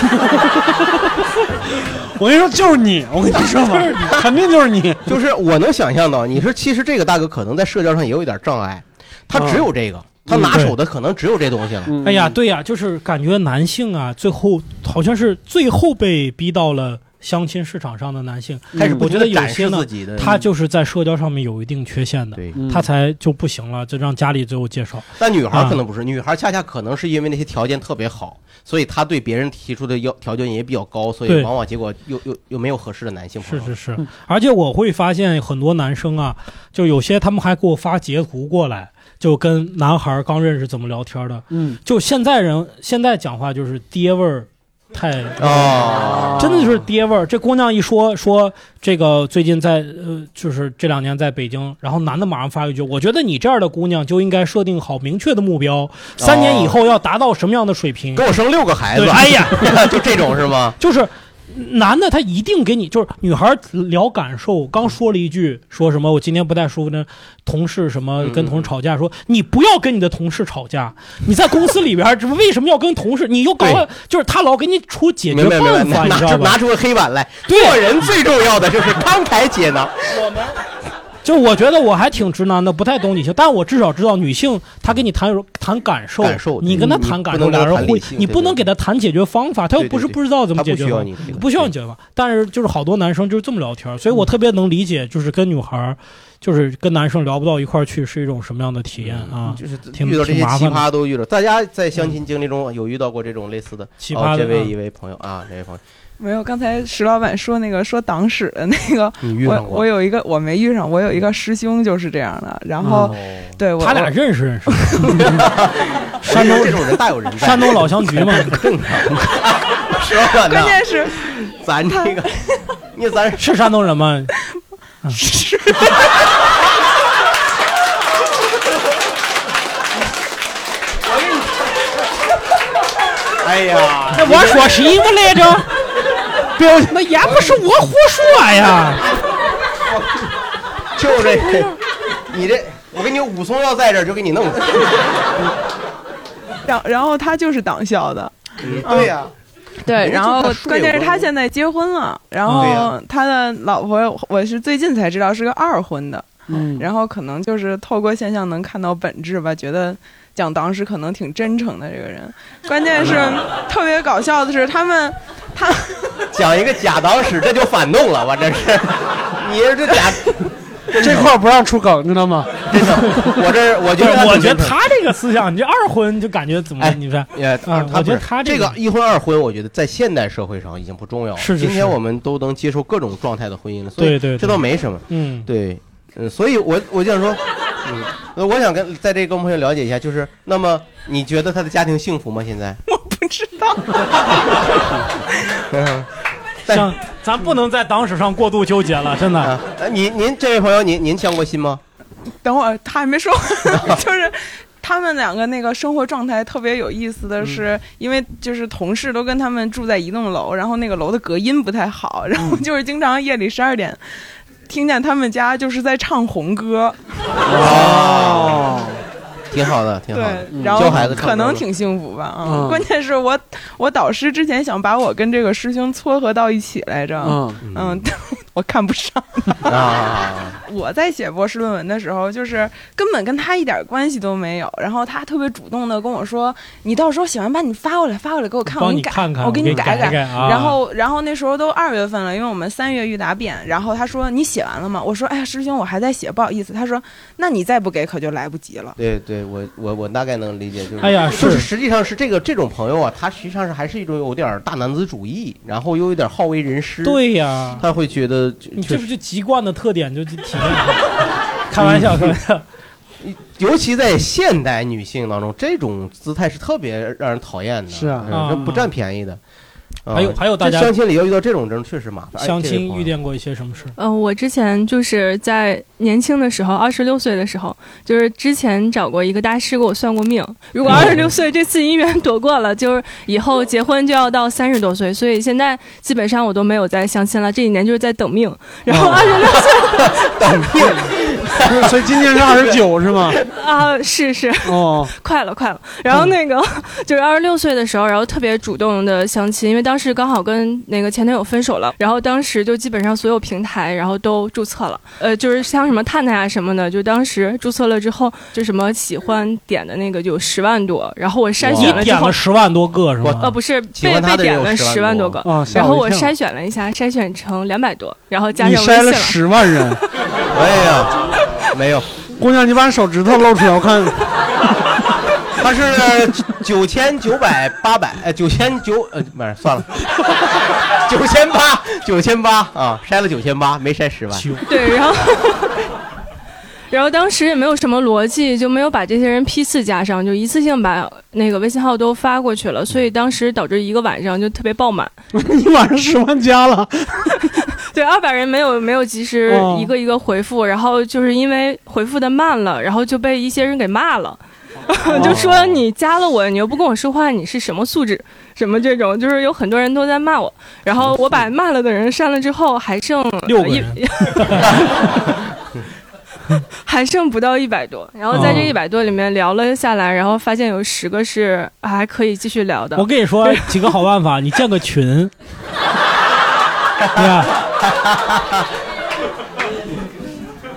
我跟你说，就是你，我跟你说吧，肯定就是你。
就是我能想象到，你说其实这个大哥可能在社交上也有一点障碍，他只
嗯
有这个，他拿手的可能只有这东西了。
哎呀，对呀，就是感觉男性啊，最后好像是最后被逼到了。相亲市场上的男性，
嗯开始不
我觉
停地
得有
展
些
示
呢
自己的，
他就是在社交上面有一定缺陷的，
对
他才就不行了，就让家里最后啊介绍。
但女
嗯
孩可能不是，女孩恰恰可能是因为那些条件特别好，所以她对别人提出的要条件也比较高，所以
对
往往结果又又又没有合适的男性朋
是
友。嗯
是是，而且我会发现很多男生啊，就有些他们还给我发截图过来，就跟男孩刚认识怎么聊天的。
嗯，
就现在人现在讲话就是爹味儿太
哦，
真的就是爹味儿。这姑娘一说说这个最近在呃，就是这两年在北京，然后男的马上发一句：“我觉得你这样的姑娘就应该设定好明确的目标，三年以后要达到什么样的水平。”
给我生六个孩子，
对哎呀，
就这种是吗？
就是男的他一定给你，就是女孩聊感受，刚说了一句说什么我今天不太舒服呢，同事什
嗯
么跟同事吵架，说你不要跟你的同事吵架，你在公司里边儿这为什么要跟同事？你又搞了，就是他老给你出解决
明白明白，
办法，
拿
你知
拿
道
出拿
吧？
出个黑板来，
对
做人最重要的就是慷慨解囊。
就我觉得我还挺直男的，不太懂女性，但我至少知道女性她跟你谈谈感受，
感受对
你跟她
你
谈
不
感
能
受，
跟她
俩人
谈
会
理性，
你
对
不
对
能
对
给她谈解决方法，她又
对
不是
对
不知道怎么
她不
解决
需要
方
你
法
这个
不需要你解决方法，但是就是好多男生就是这么聊天儿，所以我特别能理解，就是跟女孩儿，就是跟男生聊不到一块儿去是一种什么样的体验
嗯
啊，
就是
挺
遇到这
挺
些
麻
奇
烦的。嗯
葩都遇到。大家在相亲经历中有遇到过这种类似的？
奇葩
哦
的
这位
嗯
一位朋友啊，这位朋友，
没有，刚才石老板说那个说党史的那个，
你遇
我
上过嗯
我有一个我没遇上，我有一个师兄就是这样的。然后，
哦
对我
他俩
我
认识认识，山东
这种人大有人在，
山东老乡局 嘛
正常。 石老板呐，
关键是
咱这个，你咱
是山东 人吗？嗯
哎呀，
那我说谁不来着？
彪，
那也不是我胡说呀。
就这，你这，我跟你武松要在这儿就给你弄死。
然然后他就是党校的，
对呀、
对，然后
就是他
关键
睡过
是他现在结婚了，然后他的老婆我是最近才知道是个二婚的，
嗯
然后可能就是透过现象能看到本质吧，觉得蒋党史可能挺真诚的这个人。关键是
嗯
特别搞笑的是，他们
嗯
讲一个假党史，这就反动了，我真是，你这假，
这块儿不让出梗，知道吗？
我这我
不
觉
是
得他，哎
我觉得他这个思想，你这二婚就感觉怎么？你说，
也，
啊，
他
我
不
觉
是
得他
这
个
一婚二婚，我觉得在现代社会上已经不重要了。
是是
今天
是
我们都能接受各种状态的婚姻了，所以
对对对
这倒没什么。
嗯，
对，嗯，所以我我就想说，嗯，那我想跟在这跟我们朋友了解一下，就是那么你觉得他的家庭幸福吗？现 在？
不知 道。
嗯，
像咱不能在党史上过度纠结了，真的。
呃您您这位朋友，您您相过亲吗？
等会儿他还没 说， 就是他们两个那个生活状态特别有意思的
嗯
是，因为就是同事都跟他们住在一栋楼，然后那个楼的隔音不太好，然
嗯
后就是经常夜里十二点。听见他们家就是在唱红歌，
哦，挺好的，挺好
对
的，，
嗯
嗯
然
教孩子
后
唱
可能
歌
挺幸福吧。啊
嗯
关键是我我导师之前想把我跟这个师兄撮合到一起来着，
嗯
嗯， 我看不上。
啊，
我在写博士论文的时候，就是根本跟他一点关系都没有。然后他特别主动的跟我说：“你到时候写完把你发过来，发过来给我看，
帮
我
你
给改，
看看
我给
我给
你
你
改
改一改啊
然后，然后那时候都二月份了，因为我们三月预答辩。然后他说：“你写完了吗？”我说：“哎呀，师兄，我还在写，不好意思。”他说：“那你再不给可就来不及了。
对对，我我我大概能理解，就是
哎呀
就是实际上是这个这种朋友啊，他实际上是还是一种有点大男子主义，然后又有点好为人师，
对呀
他会觉得就
你
确
这
实
不就籍贯的特点就体现出来了？开玩笑，开玩笑。
嗯 尤其在现代女性当中，这种姿态是特别让人讨厌的，是
啊
这不占便宜的。啊
还有还有大
这
家
相亲里要遇到这种人确实麻烦。哎
相
这位
亲
朋
遇
友
见过一些什么事？
嗯、我之前就是在年轻的时候，二十六岁的时候，就是之前找过一个大师给我算过命。如果二十六岁这次姻缘躲过了，就是以后结婚就要到三十多岁，所以现在基本上我都没有再相亲了，这几年就是在等命。然后二十六
所以今年是二十九是吗？
啊，是是，
哦，
快了快了。然后那个、
嗯
就是二十六岁的时候，然后特别主动的相亲，因为当时刚好跟那个前男友分手了，然后当时就基本上所有平台然后都注册了，呃，就是像什么探探啊什么的，就当时注册了之后，就什么喜欢点的那个有十万多，然后我筛选
你
之
点
后
了。十万多个是吗？
呃，不是
喜
被
欢他
被
的人
点
有
了
10
十
万
万
多
多
个
个，
啊吓
然
我
后
一
我
跳
筛选了一下，筛选成两百多，然后加
你
上微
筛
信
了
了。
十万人，
哎呀，没有，
姑娘，你把手指头 露出来，我看。
他是九千九百八百，呃，九千九，呃，不是， 算了，九千八，九千八啊，筛了九千八，没筛十万。
对，然后然后当时也没有什么逻辑，就没有把这些人批次加上，就一次性把那个微信号都发过去了，所以当时导致一个晚上就特别爆满。
嗯
你晚上十万加了，
对，二百人没有没有及时
哦
一个一个回复，然后就是因为回复的慢了，然后就被一些人给骂了。
哦
就说你加了我，你又不跟我说话，你是什么素质？什么这种，就是有很多人都在骂我。然后我把骂了的人删了之后，还剩
六个
一
呃
人
还剩不到一百多，然后在这
哦
一百多里面聊了下来，然后发现有十个是啊还可以继续聊的。
我跟你说 几个好办法，你建个群， 对吧？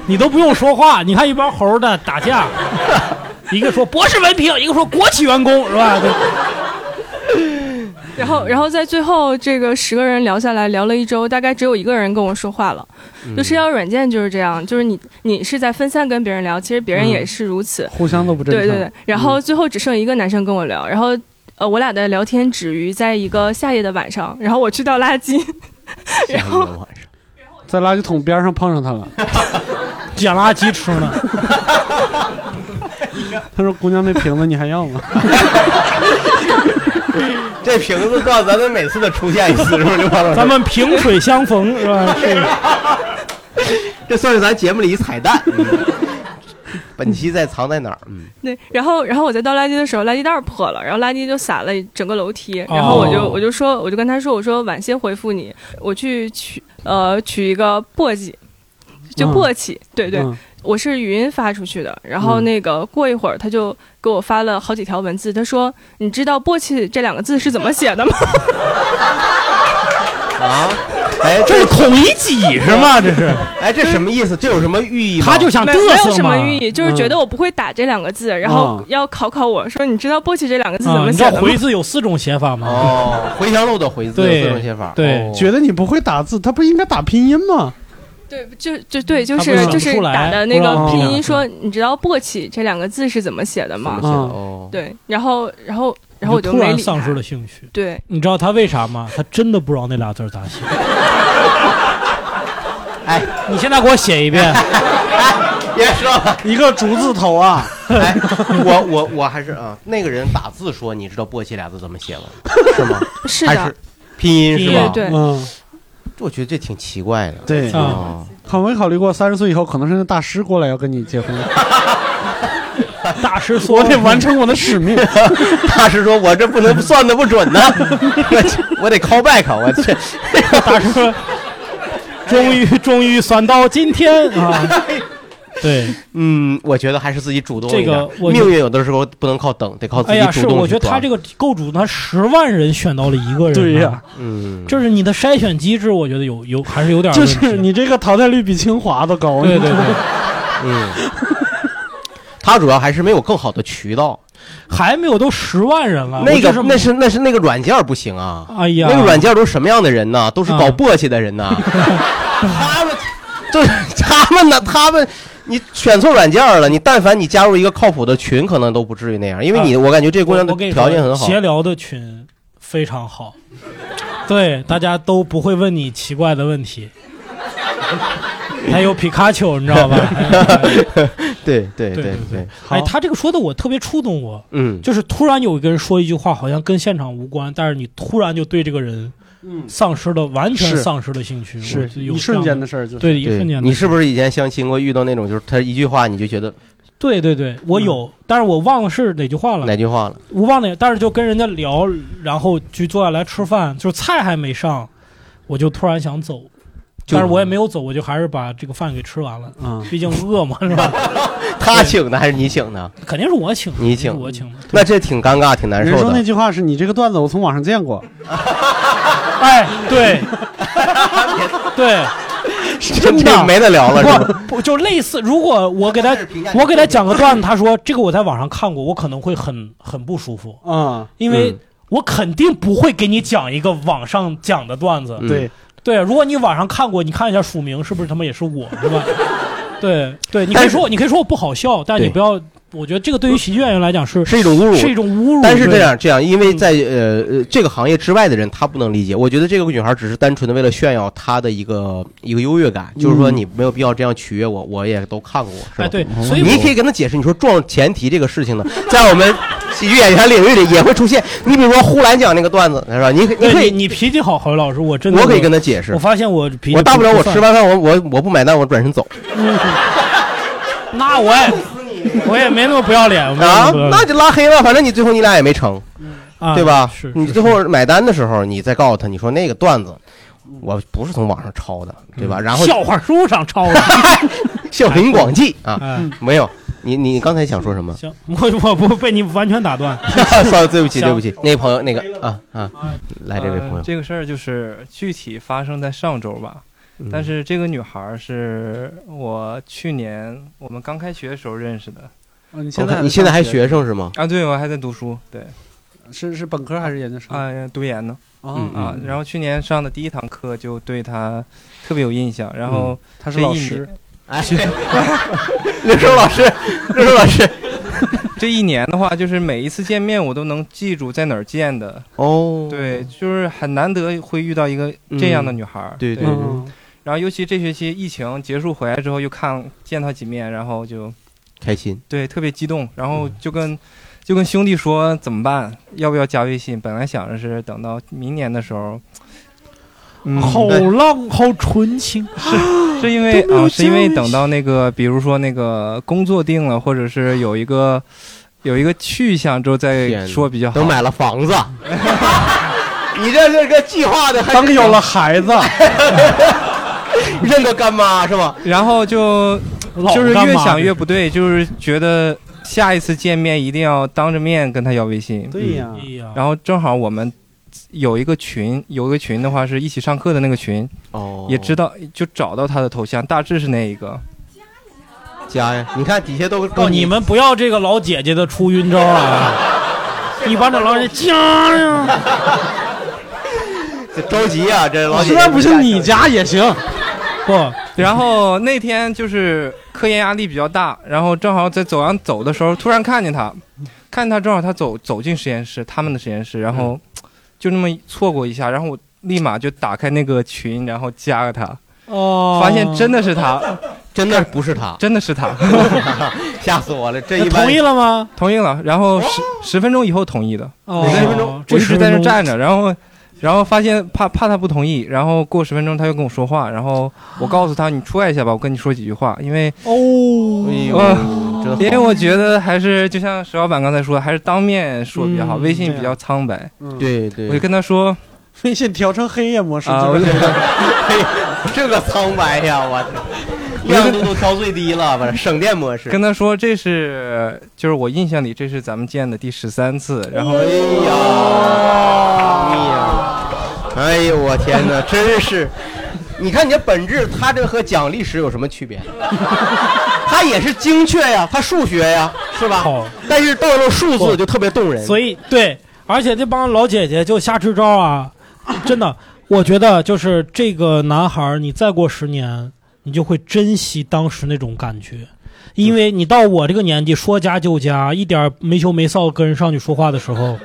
你都不用说话，你看一帮猴儿的 打架，一个说博士文凭，一个说国企员工，是吧？对
然后，然后在最后这个十个人聊下来，聊了一周，大概只有一个人跟我说话了。
嗯
就社交软件就是这样，就是你你是在分散跟别人聊，其实别
嗯
人也是如此。
互相都不正常。
对对对，然后最后只剩一个男生跟我聊，然后呃，我俩的聊天止于在一个夏夜的晚上，然后我去倒垃圾，
然后
在垃圾桶边上碰上他了，
捡垃圾吃呢。
他说：“姑娘，那瓶子你还 要吗
这瓶子到咱们每次的出现一次，是不是刘华老师？
咱们萍水相逢是吧？是
这算是咱节目里一彩蛋。嗯本期在藏在哪儿？嗯，
对，然后然后我在倒垃圾的时候，垃圾袋儿破了，然后垃圾就洒了整个楼梯，然后我就、
哦
我就说我就跟他说我说晚些回复你，我去取呃取一个簸箕，就
嗯
簸箕，对对。
嗯
我是语音发出去的，然后
嗯
那个过一会儿他就给我发了好几条文字，他说：“你知道‘簸箕’这两个字是怎么写的吗？”
啊，哎，
这是孔乙己是吗？这是，
哎，这什么意思？这有什么寓意吗？
他就想
没没有什么寓意，就是觉得我不会打这两个字，然后
嗯
要考考我说：“你知道‘簸箕’这两个字怎
啊，
么
你
写
知
的
道
吗？”
回字有四种写法吗？
哦，回香路的回字有
对
四种写法。
对
哦？”
觉得你不会打字，他不应该打拼音吗？
对，就就对，就
他
是
不想
就是
出来
打的那
不让
个拼
听
音说，你知道“簸箕”这两个字是怎么写的吗？
怎么写的哦
对，然后然后然后我就
突
没
然
理
丧
他。
失了兴趣。
对，
你知道他为啥吗？他真的不知道那俩字儿咋写。
哎，
你现在给我写 一遍。
哎
别说了，
一个竹字头啊！
哎， 我我我还是啊，那个人打字说，你知道“簸箕”俩字怎么 写吗？是吗？
是
还
的
是，拼音是吧？哦
对对
嗯，
我觉得这挺奇怪的。
对
啊，
考没考虑过三十岁以后可能是那大师过来要跟你结婚？
大师说
我得完成我的使 命。
大师说：“我这不能算的不准 呢，我我得 call back，我这
大师说，终于终于算到今天 啊！
哎
对，
嗯，我觉得还是自己主动一点
这个我
命运有的时候不能靠等，得靠自
哎
己
呀，
主
是
动。
我觉得他这个构筑，他十万人选到了一个人、
对呀，
嗯，
就是你的筛选机制，我觉得有有还是有点
就
问题。
是你这个淘汰率比清华都高。
对对对，
嗯，他主要还是没有更好的渠道。
还没有都十万人了，
那
我就
个
是
那是那是那个软件儿不行啊！
哎呀啊
那个软件儿都是什么样的人呢？都是搞簸箕的人 呐。他们就是他们呢，他们你选错软件儿了。你但凡你加入一个靠谱的群，可能都不至于那样，因为你
啊
我感觉这姑娘的
我跟你说
条件很好。
闲聊的群非常好，对，大家都不会问你奇怪的问题。还有皮卡丘，你知道吧？ 哎
对对
对
对
对，哎，他这个说的我特别触动我，
嗯
就是突然有一个人说一句话，好像跟现场无关，但是你突然就对这个人，
嗯
丧失了完全
是
丧失了兴趣，
是
我就有
一瞬间的事儿就是
对，一瞬间的
你
事
是不是以前相亲过遇到那种就是他一句话你就觉得
对对对，我有，但是我忘了是哪句话了，
嗯哪句话了？
我忘了，但是就跟人家聊，然后就坐下来吃饭，就是菜还没上，我就突然想走，
就
但是我也没有走，我就还是把这个饭给吃完了，
嗯
毕竟饿嘛，是吧？
他请的还是你请的？
肯定是我请的，
你
肯
请
定是我请的。
那这挺尴尬，挺难
人
受
说那
的。
句话是你这个段子我从网上见过，
哎， 对，对，真
这
的
没得聊了是吧
不不就类似，如果我给他我给他讲个段子，他说这个我在网上看过，我可能会很很不舒服，
啊，
因为我肯定不会给你讲一个网上讲的段子。
嗯对
对，如果你网上看过，你看一下署名是不是他妈也是我，是 吧？对对，你可以说我你可以说我不好笑，但你不要，我觉得这个对于喜剧演员来讲是
是一种侮辱，
是一种侮辱。
但是这
对嗯
样这样，因为在呃呃这个行业之外的人，他不能理解。我觉得这个女孩只是单纯的为了炫耀她的一个一个优越感，就是说
嗯
你没有必要这样取悦我，我也都看过，是吧？
哎对所以
你
我
可以跟她解释，你说撞前提这个事情呢，在我们喜剧演员领域里也会出现。你比如说呼兰讲那个段子，是吧？你你
对
可以
你脾气好，郝宇老师，我真的
我可以跟他解释
我发现我脾气
我大不了我吃
饭。
完饭，我我我不买单，我转身走
那我也我也没那么不要脸
啊，那就拉黑了。反正你最后你俩也没成，
啊
对吧？
是
你最后买单的时候，你再告诉他，你说那个段子我不是从网上抄的，对吧？然后
嗯笑话书上抄的，
笑林广记啊
嗯，
没有。你你刚才想说什么？
行，我我不被你完全打断
sorry，对不起对不起，那个朋友那个啊啊，来这位朋
呃
友，
这个事儿就是具体发生在上周吧。
嗯
但是这个女孩儿是我去年我们刚开学的时候认识的。
哦你
现在 OK，你现在还学生是吗？
啊，对，我还在读书，对。
是是本科还是研究生？
啊，读研呢。
嗯
哦
啊，然后去年上的第一堂课就对她特别有印象，然后
嗯她是
这一
老
年
师
哎， 刘叔老师，刘叔老师，
这一年的话，就是每一次见面我都能记住在哪儿见的。
哦，
对，就是很难得会遇到一个这样的女孩儿。
嗯对
对
对对嗯
然后尤其这学期疫情结束回来之后，又看见她几面，然后就
开心。嗯
对，特别激动，然后就跟、就跟兄弟说怎么办，要不要加微信？本来想着是等到明年的时候，嗯
好
对
浪，好纯情，啊
是因为啊、是因为等到那个，比如说那个工作定了，或者是有一个有一个去向之后再说比较好。都买
了房子，你这是个计划的，还是
当有了
孩 子，
认个干妈是吧？
然后就
老
就是
干
越
妈
想
这
越
是
不对，就是觉得下一次见面一定要当着面跟他要微信。
对呀
嗯
哎
对呀
然后正好我们有一个群，有一个群的话是一起上课的那个群，
哦
也知道就找到他的头像，大致是那一个。
加呀，你看底下都
哦，你们不要这个老姐姐的出晕招 啊！你把这老人家呀，
这着急啊，这老姐姐
实在不是
你
家也行，不。
然后那天就是科研压力比较大，然后正好在走廊走的时候，突然看见他，看见他正好他走走进实验室，他们的实验室，然后就那么错过一下，然后我立马就打开那个群，然后加了他，
哦
发现真的是他，
真的不是他，
真的是他，
吓死我了！这
一
般同意
了吗？
同意了，然后十十分钟以后同意的，
哦
我在那边
这
我一直在
10
那
分钟
站着，然后。然后发现怕怕他不同意，然后过十分钟他又跟我说话，然后我告诉他你出来一下吧，我跟你说几句话，因为
哦，
哎
嗯，因为我觉得还是就像石老板刚才说，还是当面说比较好，
嗯
微信比较苍白。
对对
我就跟他说
微信调成黑夜模式，
啊，
就
我
是
就
这个苍白呀，我操，亮度都调最低了，完了省电模式。
跟他说这是就是我印象里这是咱们见的第十三次，然后
哎呦，我天哪，真是！你看你这本质，他这和讲历史有什么区别？他也是精确呀，他数学呀，是吧？但是到了数字就特别动人。
所以对，而且这帮老姐姐就瞎支招啊，真的，我觉得就是这个男孩儿，你再过十年，你就会珍惜当时那种感觉。因为你到我这个年纪，说加就加，一点儿没羞没臊跟人上去说话的时候，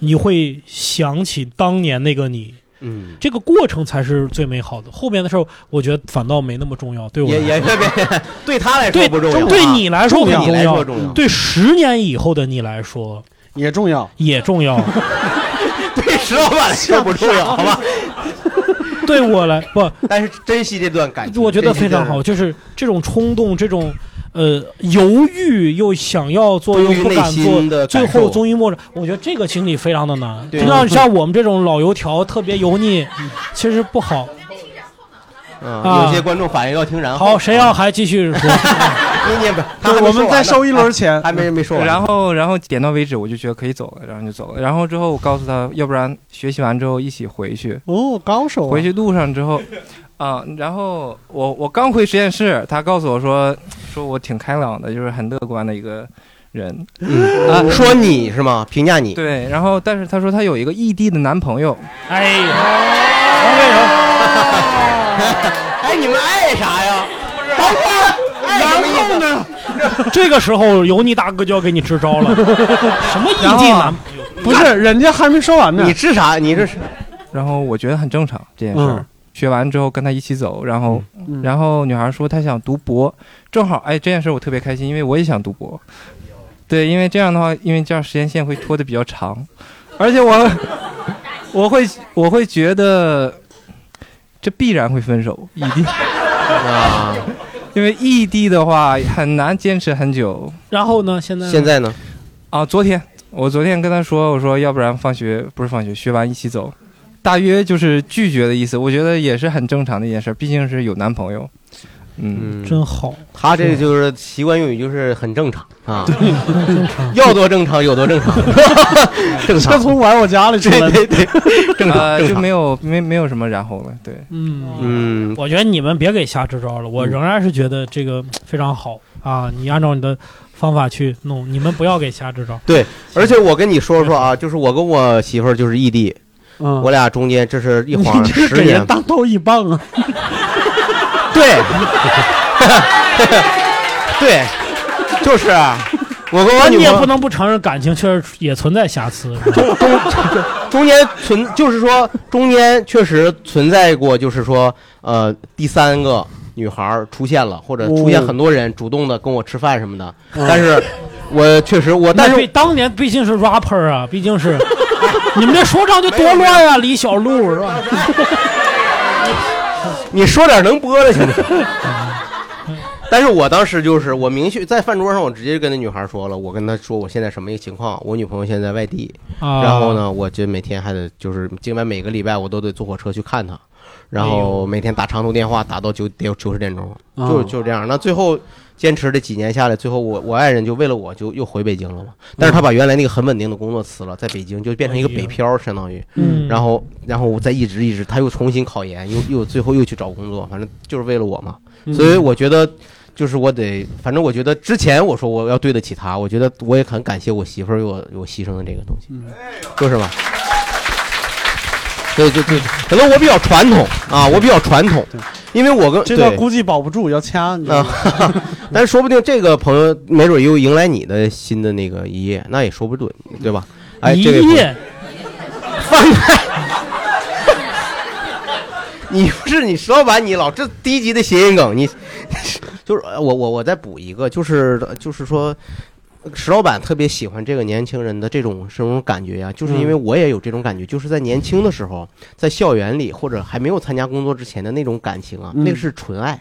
你会想起当年那个你，
嗯，
这个过程才是最美好的。后面的事儿，我觉得反倒没那么重要，对我
也
来
也
说
特别，对他来说
对
不重要，啊
对你来说很
对你
重
来
要，
说重要，
对十年以后的你来说
也重要，
也 重要。
对石老板来说不重要，好吧？
对我来不，
但是珍惜这段感情，
我觉得
珍惜
非常
这段
好，就是这种冲动，这种呃犹豫又想要做又
对于
不敢
内心
做，
的
最
感
后
受
终于摸着。我觉得这个心理非常的难，
对
就像像我们这种老油条特别 油腻，其实不好。
嗯，
啊
有些观众反应要听然后。
好，谁要还继续说？
你你不，他还
就
没
我们
说完
再
呢
收一轮钱
还没没说完。
然后然后点到为止，我就觉得可以走了，然后就走了。然后之后我告诉他，要不然学习完之后一起回去。
哦，高手啊
回去路上之后，啊、然后我我刚回实验室，他告诉我说，说我挺开朗的，就是很乐观的一个人。
嗯
啊
说你是吗？评价你，
对，然后但是他说他有一个异地的男朋友，
哎呀，
哎，你们哎爱啥呀？等会儿，
哎
然后呢？
这个时候油腻大哥就要给你支 招了，什么
然
异
后
地
啊
男？
不是人家还没说完呢，
你治啥？你这是？
然后我觉得很正常这件事儿。学完之后跟他一起走，然后，然后女孩说她想读博，正好哎这件事我特别开心，因为我也想读博，对，因为这样的话，因为这样时间线会拖得比较长，而且我我会我会觉得这必然会 分手，异地
啊，
因为异地的话很难坚持很久。
然后呢？现在
现在呢？
啊，昨天我昨天跟他说，我说要不然放学不是放学，学完一起走，大约就是拒绝的意思。我觉得也是很正常的一件事，毕竟是有男朋友。嗯，
真好。
他这个就是习惯用语，就是很正常 啊。要多正常有多 正常，正常。
这从玩我家里出来的，
对对对，正常
呃，
正
就
常
没有没没有什么然后了。对，
嗯
嗯，
我觉得你们别给瞎支招了，我仍然是觉得这个非常好啊！你按照你的方法去弄，你们不要给瞎支招。
对，而且我跟你说说啊，就是我跟我媳妇儿就是异地，
嗯
我俩中间这是一
你
晃
这是
十
给
年
人，当头一棒啊！
对， 对，就是啊我跟我
但
女
你也
朋友
不能不承认，感情确实也存在瑕疵。是吧
中间存，就是说中间确实存在过，就是说呃第三个女孩儿出现了，或者出
哦
现很多人主动的跟我吃饭什么的， 但是我确实我但
那
是
毕当年毕竟是 rapper 啊，毕竟是 你们这说唱就多乱呀、李小璐是吧？
你说点能播的行吗？ 但是我当时就是我明确在饭桌上，我直接跟那女孩说了，我跟她说我现在什么一个情况，我女朋友现在在外地，
啊
然后呢，我这每天还得就是基本每个礼拜我都得坐火车去看她，然后每天打长途电话打到九点九十点钟，
哎啊
就就这样。那最后坚持这几年下来，最后我我爱人就为了我就又回北京了嘛，但是
嗯
他把原来那个很稳定的工作辞了，在北京就变成一个北漂，相当于，
嗯
然后然后我再一直一直，他又重新考研，又又最后又去找工作，反正就是为了我嘛，所以
嗯
我觉得。就是我得，反正我觉得之前我说我要对得起他，我觉得我也很感谢我媳妇儿为我为我牺牲的这个东西，就是嘛。对对对，可能我比较传统啊，我比较传统，因为我跟
这段
对
估计保不住，要掐你。
啊，但是说不定这个朋友没准又迎来你的新的那个一页，那也说不准，对吧？哎，
一
这位朋友
夜，
你不是你石老板，你老这低级的谐音梗，你就是呃我我我再补一个，就是就是说。石老板特别喜欢这个年轻人的这种这种感觉呀、就是因为
嗯
我也有这种感觉，就是在年轻的时候，在校园里或者还没有参加工作之前的那种感情啊，
嗯
那个是纯爱，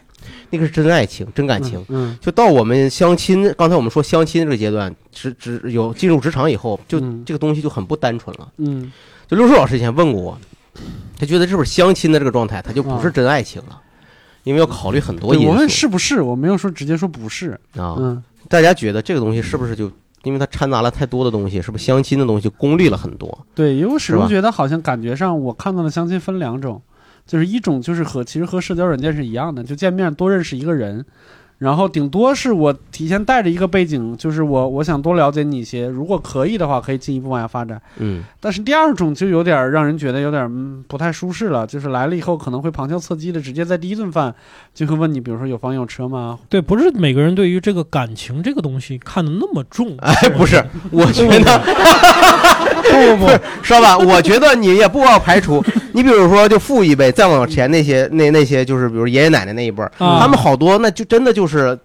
那个是真爱情、真感情。
嗯嗯
就到我们相亲，刚才我们说相亲这个阶段，职职有进入职场以后，就、这个东西就很不单纯了。
嗯，
就六叔老师以前问过我，他觉得是不是相亲的这个状态，他就不是真爱情了，因为要考虑很多
啊对，
因
我问
素
是不是，我没有说直接说不是。
啊。
嗯
大家觉得这个东西是不是就因为它掺杂了太多的东西，是不是相亲的东西就功利了很多？
对，因为我始终
是吧嗯
觉得好像感觉上，我看到的相亲分两种，就是一种就是和其实和社交软件是一样的，就见面多认识一个人，然后顶多是我提前带着一个背景，就是我我想多了解你一些，如果可以的话，可以进一步往下发展。
嗯
但是第二种就有点让人觉得有点、嗯、不太舒适了，就是来了以后可能会旁敲侧击的，直接在第一顿饭就会问你，比如说有房有 车吗？
对，不是每个人对于这个感情这个东西看得那么重。哎，
不是，我觉得
不不不，
是吧？我觉得你也不要排除，你比如说就父一辈再往前那些那那些就是比如爷爷奶奶那一辈儿，
啊
他们好多那就真的就是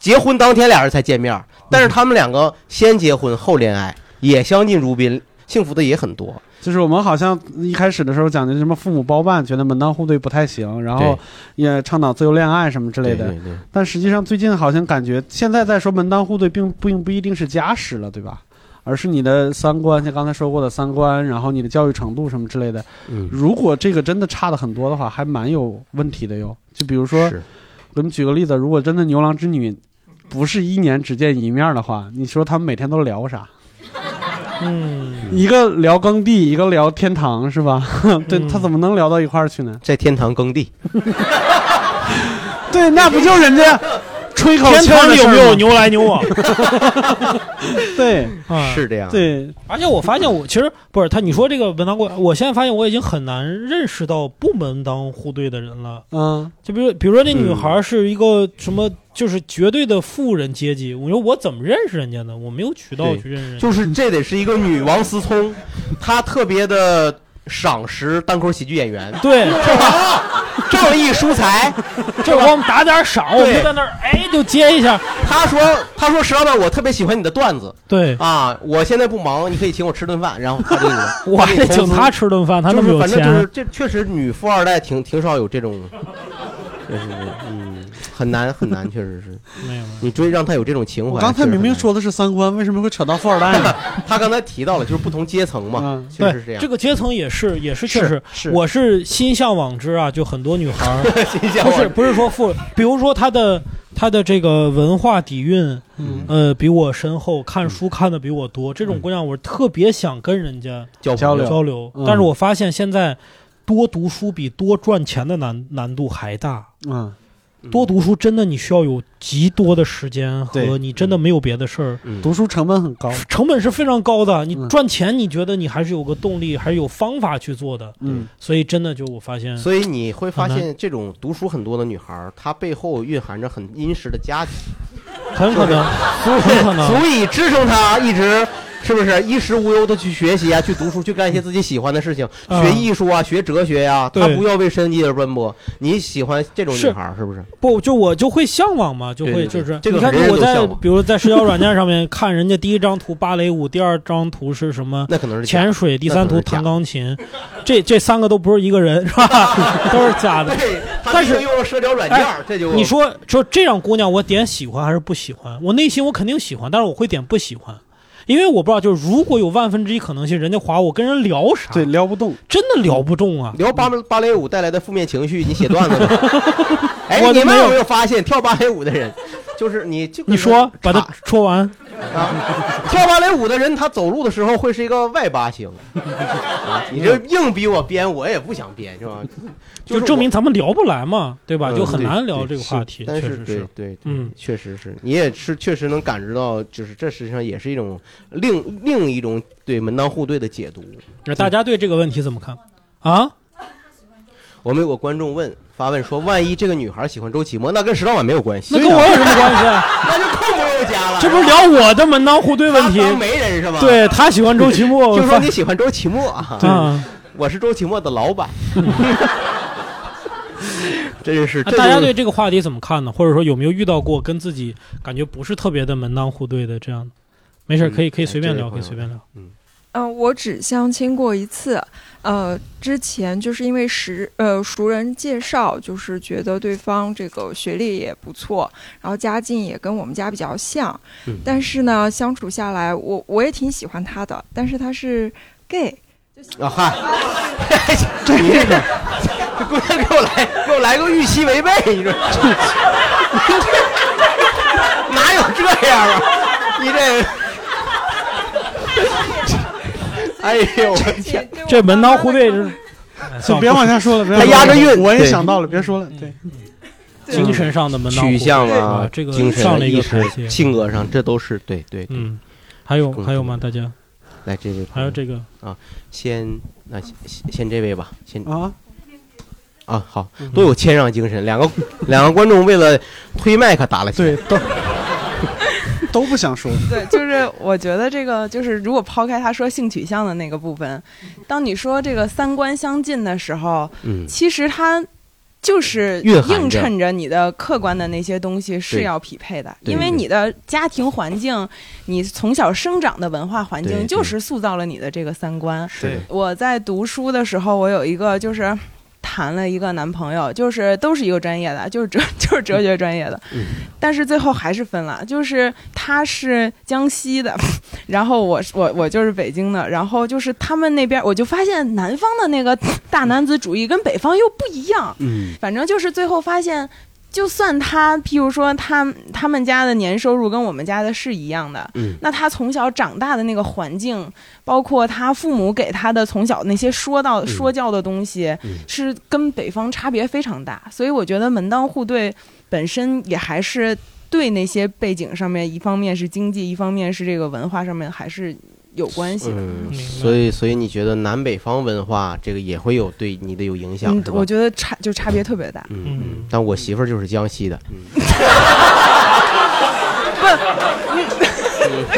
结婚当天俩人才见面儿，
嗯
但是他们两个先结婚后恋爱，也相敬如宾，幸福的也很多。
就是我们好像一开始的时候讲的什么父母包办，觉得门当户对不太行，然后也倡导自由恋爱什么之类的。
对对对
但实际上最近好像感觉现在在说门当户对并，并不一定是家史了，对吧？而是你的三观，像刚才说过的三观，然后你的教育程度什么之类的。
嗯
如果这个真的差的很多的话，还蛮有问题的哟。就比如说
是，
我们举个例子，如果真的牛郎织女不是一年只见一面的话，你说他们每天都聊啥？
嗯，
一个聊耕地，一个聊天堂，是吧？ 对他怎么能聊到一块儿去呢？
在天堂耕地，
对，那不就人家吹口
天
气儿
堂
的事儿
有
吗
没有牛来牛 往？啊
对，
是这样。
对，
而且我发现我其实不是他，你说这个门当户，我现在发现我已经很难认识到不门当户对的人了。
嗯，
就比如比如说那女孩是一个什么，就是绝对的富人阶级，我说我怎么认识人家呢？我没有渠道
对，
去认识人家。
就是这得是一个女王思聪，她特别的赏识单口喜剧演员，
对，
是吧？仗义疏财，
这我们打点赏，我们
对
在那儿哎就接一下。
他说他说石老板，我特别喜欢你的段子，
对
啊，我现在不忙，你可以请我吃顿饭，然后他给 你，
我还
给
得
你投资
请他吃顿饭，他
就
那么
是
有
反正
钱。
就是这确实女富二代挺挺少有这 种，就是嗯很难很难，确实是
没有
你追让她有这种情怀。
我刚才
确实
明明
很难
说的是三观，为什么会扯到富二代呢？ 嗯
他刚才提到了，就是不同阶层嘛，确实是这
对，
样。
这个阶层也是，也是确实，
是是
我是心向往之啊，就很多女孩儿
向，
不
往
是
之
不是说富， 比如说她的她的这个文化底蕴，
嗯
呃，比我深厚，看书看的比我多，这种姑娘我特别想跟人家
嗯交
交
流
流
交流
嗯，
但是我发现现在多读书比多赚钱的难难度还大，
嗯。
多读书真的你需要有极多的时间和
对
你真的
嗯
没有别的事儿，
读书成本很高，
成本是非常高的。你
嗯
赚钱，你觉得你还是有个动力，还是有方法去做的。
嗯，
所以真的就我发现，
所以你会发
很
现
难，
这种读书很多的女孩儿，她背后蕴含着很殷实的家庭，
很可能
就是
很可能
足以支撑她一直是不是衣食无忧的去学习啊，去读书，去干一些自己喜欢的事情，
嗯
学艺术啊，学哲学呀、
对
他不要为生计而奔波。你喜欢这种女
是
孩儿是不是？
不，就我就会向往嘛，就会
对对
就是
这个
你看
人人
我
都
在
向往
比如在社交软件上面看人家第一张图芭蕾舞，第二张图是什么？
那可能是假的
潜水，第
那可
三图
能是假
弹钢琴，这这三个都不是一个人，是吧？都是假的。
他
但
毕竟
是
用了社交软件儿，这就
哎你说说这样姑娘，我点喜欢还是不喜欢？我内心我肯定喜欢，但是我会点不喜欢，因为我不知道，就是如果有万分之一可能性，人家划我，跟人聊啥？对，
聊不动，
真的聊不动啊！
聊芭芭蕾舞带来的负面情绪，你写段子 吗？哎，
我都
你们
没有
有没有发现跳芭蕾舞的人，就是你这个
你说把它说完，
跳芭蕾舞的人，他走路的时候会是一个外八型。啊你这硬逼我编，我也不想编，是 吧？
就是证明
我
咱们聊不来嘛，对吧？
嗯
就很
对
难聊
对
这个
是
话题，
但
确
是
实
对
是，
对，对
嗯，
确实是，你也是确实能感知到，就是这实际上也是一种另另一种对门当户对的解读。
那大家对这个问题怎么看啊？
我们有个观众问发问说，万一这个女孩喜欢周奇墨，那跟石老板没有关系，
那跟我有什么关系？啊
那就更不用加了。
这不是聊我的门当户对问题？
他当媒人是吧
对他喜欢周奇 墨，
听说
我
你喜欢周奇墨啊？
对啊，
我是周奇墨的老 板。 这就是
那
这
啊大
就
家
是
对这个话题怎么看呢？或者说有没有遇到过跟自己感觉不是特别的门当户对的这样的？没
嗯
事儿，可以
哎
可以随便聊，可以随便聊。
嗯、我只相亲过一次，呃，之前就是因为识呃熟人介绍，就是觉得对方这个学历也不错，然后家境也跟我们家比较像，
嗯
但是呢，相处下来，我我也挺喜欢他的，但是他是 gay，
啊嗨，这你这个，这姑娘给我来给我来个预期违背，你说哪有这样啊？你这，哎呦我天！
这门当户对就是，哎嗯
就别往下说了，别
他压着韵
我也
对
想到了，别说了，对，
精神上的门当户对
取向
啊
啊，
这个
精神
上
啊、
了一个
意
台阶
识、性格上，这都是对对对。
嗯，还有还有吗？大家
来这位朋友，
还有这个
啊，先那先先这位吧，先
啊
啊，好，都有谦让精神。两个两个观众为了推麦克打了起来，
对，都都不想说。
对，就是我觉得这个就是，如果抛开他说性取向的那个部分，当你说这个三观相近的时候，
嗯
其实他就是
蕴含着
映衬着你的客观的那些东西是要匹配的，
对
因为
对
你的家庭环境、你从小生长的文化环
对
境，
对
就是塑造了你的这个三观。
是的
我在读书的时候，我有一个就是。谈了一个男朋友，就是都是一个专业的，就是哲 就是哲学专业的，但是最后还是分了，就是他是江西的， 然后我是我我就是北京的，然后就是他们那边，我就发现南方的那个大男子主义跟北方又不一样，
嗯
反正就是最后发现。就算他，譬如说他他们家的年收入跟我们家的是一样的，
嗯
那他从小长大的那个环境，包括他父母给他的从小那些说到、
嗯
说教的东西，
嗯
是跟北方差别非常大。所以我觉得门当户对本身也还是对那些背景上面，一方面是经济，一方面是这个文化上面还是有关系的。
嗯，所以所以你觉得南北方文化这个也会有对你的有影响，
嗯
是，吧
我？觉得差就差别特别大。
嗯，但我媳妇儿就是江西的，嗯
不，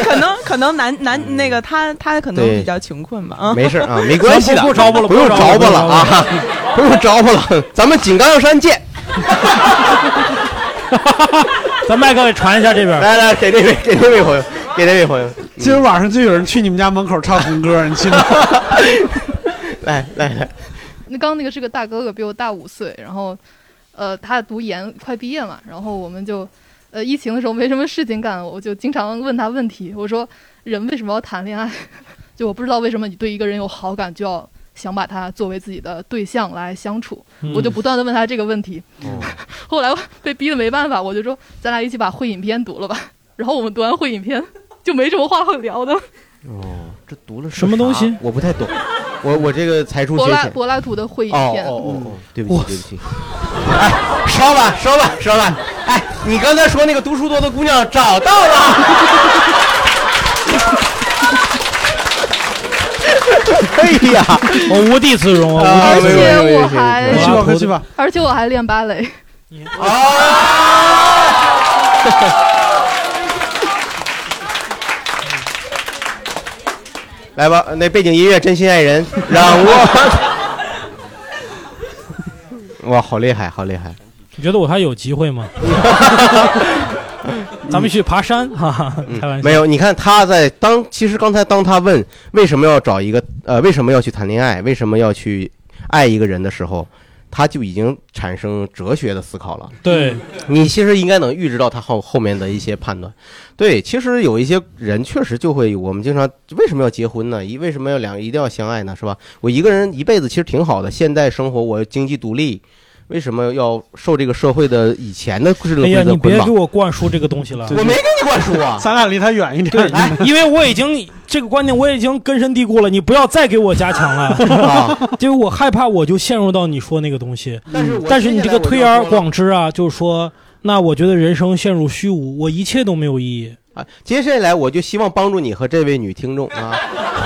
可能可能男
嗯
男那个他他可能
对
比较穷困吧啊，
没事啊，没关系的，
咱不不着不了
不用
不着
着
不
不
了
了啊， 不用着不了，咱们井冈山见。
咱麦克给传一下这边，
来来，给这位给这位朋友，给这位朋友，
今儿晚上就有人去你们家门口唱红歌，你信吗？
来来来，
那刚刚那个是个大哥哥，比我大五岁，然后，呃，他读研快毕业嘛，然后我们就，呃，疫情的时候没什么事情干，我就经常问他问题，我说人为什么要谈恋爱？ 就我不知道为什么你对一个人有好感就要想把他作为自己的对象来相处，
嗯
我就不断的问他这个问题，
哦
后来我被逼得没办法，我就说咱俩一起把会影片读了吧，然后我们读完会影片就没什么话好聊的了，
哦，这读了
什么东西？
我不太懂，我我这个才疏
柏
学
拉
浅。
柏拉图的会影
哦
片。嗯
哦哦哦，对不起对不起。哎，稍吧稍吧稍吧，哎，你刚才说那个读书多的姑娘找到了。哎呀，
我无地自容啊！
而
无地自容
且我还
柏拉图的
而且我还练芭蕾。
来吧，那背景音乐《真心爱人》，让 我，哇，好厉害，好厉害！
你觉得我还有 机会吗？咱们去爬山，哈哈，
嗯
开玩笑。
嗯没有，你看他在当，其实刚才当他问为什么要找一个呃，为什么要去谈恋爱，为什么要去爱一个人的时候，他就已经产生哲学的思考了。
对，
你其实应该能预知到他后后面的一些判断。对，其实有一些人确实就会，我们经常为什么要结婚呢？一为什么要两一定要相爱呢？是吧？我一个人一辈子其实挺好的，现代生活我经济独立。为什么要受这个社会的以前的这种
哎
规
呀，
则
你
捆
别
绑
给？我灌输这个东西了，
我没给你灌输 啊
咱俩离他远一点。
对，哎因为我已经这个观点我已经根深蒂固了，你不要再给我 加强了，就是我害怕我就陷入到你说那个东西。但是
啊我
但是你这个推而广之啊，就是说，那我觉得人生陷入虚无，我一切都没有意义。
啊，接下来我就希望帮助你和这位女听众啊，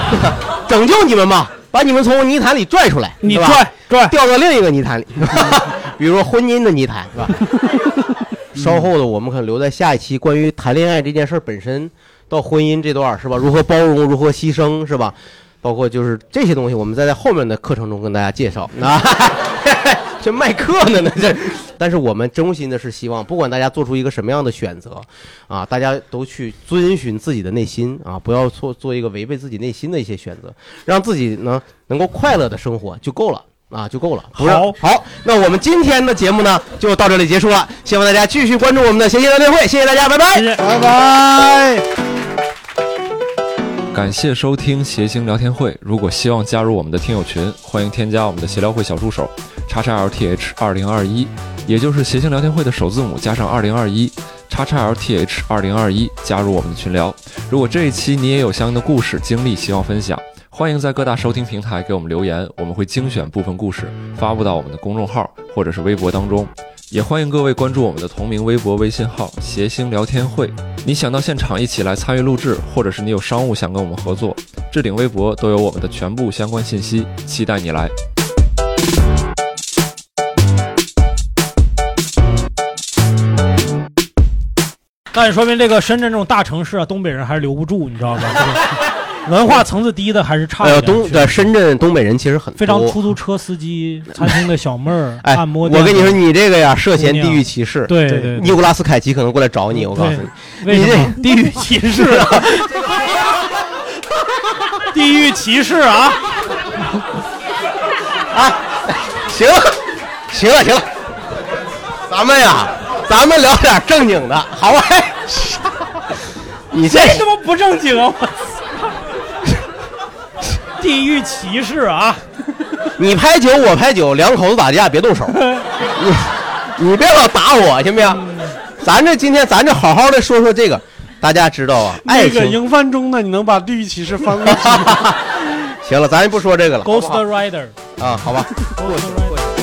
拯救你们吧，把你们从泥潭里拽出来，
你
是吧
拽拽
掉到另一个泥潭里， 比如说婚姻的泥潭，是吧？ 稍后的我们可留在下一期关于谈恋爱这件事儿本身到婚姻这段儿是吧？如何包容，如何牺牲是吧？包括就是这些东西，我们再在后面的课程中跟大家介绍啊。这卖课呢，那这。但是我们衷心的是希望，不管大家做出一个什么样的选择，啊，大家都去遵循自己的内心啊，不要做做一个违背自己内心的一些选择，让自己呢能够快乐的生活就够了。啊，就够了。不让
好
好，那我们今天的节目呢，就到这里结束了。希望大家继续关注我们的《闲闲聊天会》，谢谢大家，拜拜，拜拜。
感谢收听谐星聊天会。如果希望加入我们的听友群，欢迎添加我们的协聊会小助手叉叉 LTH 二零二一，也就是谐星聊天会的首字母加上二零二一叉叉 LTH 二零二一，加入我们的群聊。如果这一期你也有相应的故事经历，希望分享，欢迎在各大收听平台给我们留言，我们会精选部分故事发布到我们的公众号或者是微博当中。也欢迎各位关注我们的同名微博、微信号“谐星聊天会”。你想到现场一起来参与录制，或者是你有商务想跟我们合作，置顶微博都有我们的全部相关信息，期待你来。
但是说明这个深圳这种大城市啊，东北人还是留不住，你知道 吧？就是文化层次低的还是差一
呃，
点。
东在深圳东北人其实很多
非常出租车 司机、餐厅的小妹儿、
哎，
按摩
我
店的
跟你说，你这个呀，涉嫌
姑
地
娘
域歧视。
对对对
尼古拉斯凯奇可能过来找你，我告诉你，
对为
你
什么
这
地域歧视啊？ 地域歧视啊！
啊行了，行了，行了，咱们呀，咱们聊点正经的，好吧？ 你这
这他妈不正经啊！我操！地域歧视啊！
你拍酒，我拍酒，两口子打架别动 手，你你别老打我，行不行？咱这今天咱这好好的说说这个，大家知道啊，爱
那个
情。
营饭中的，你能把地域歧视翻过去吗？
行了，咱不说这个了。好不
Ghost
好
Rider。
啊，好吧。过去过去。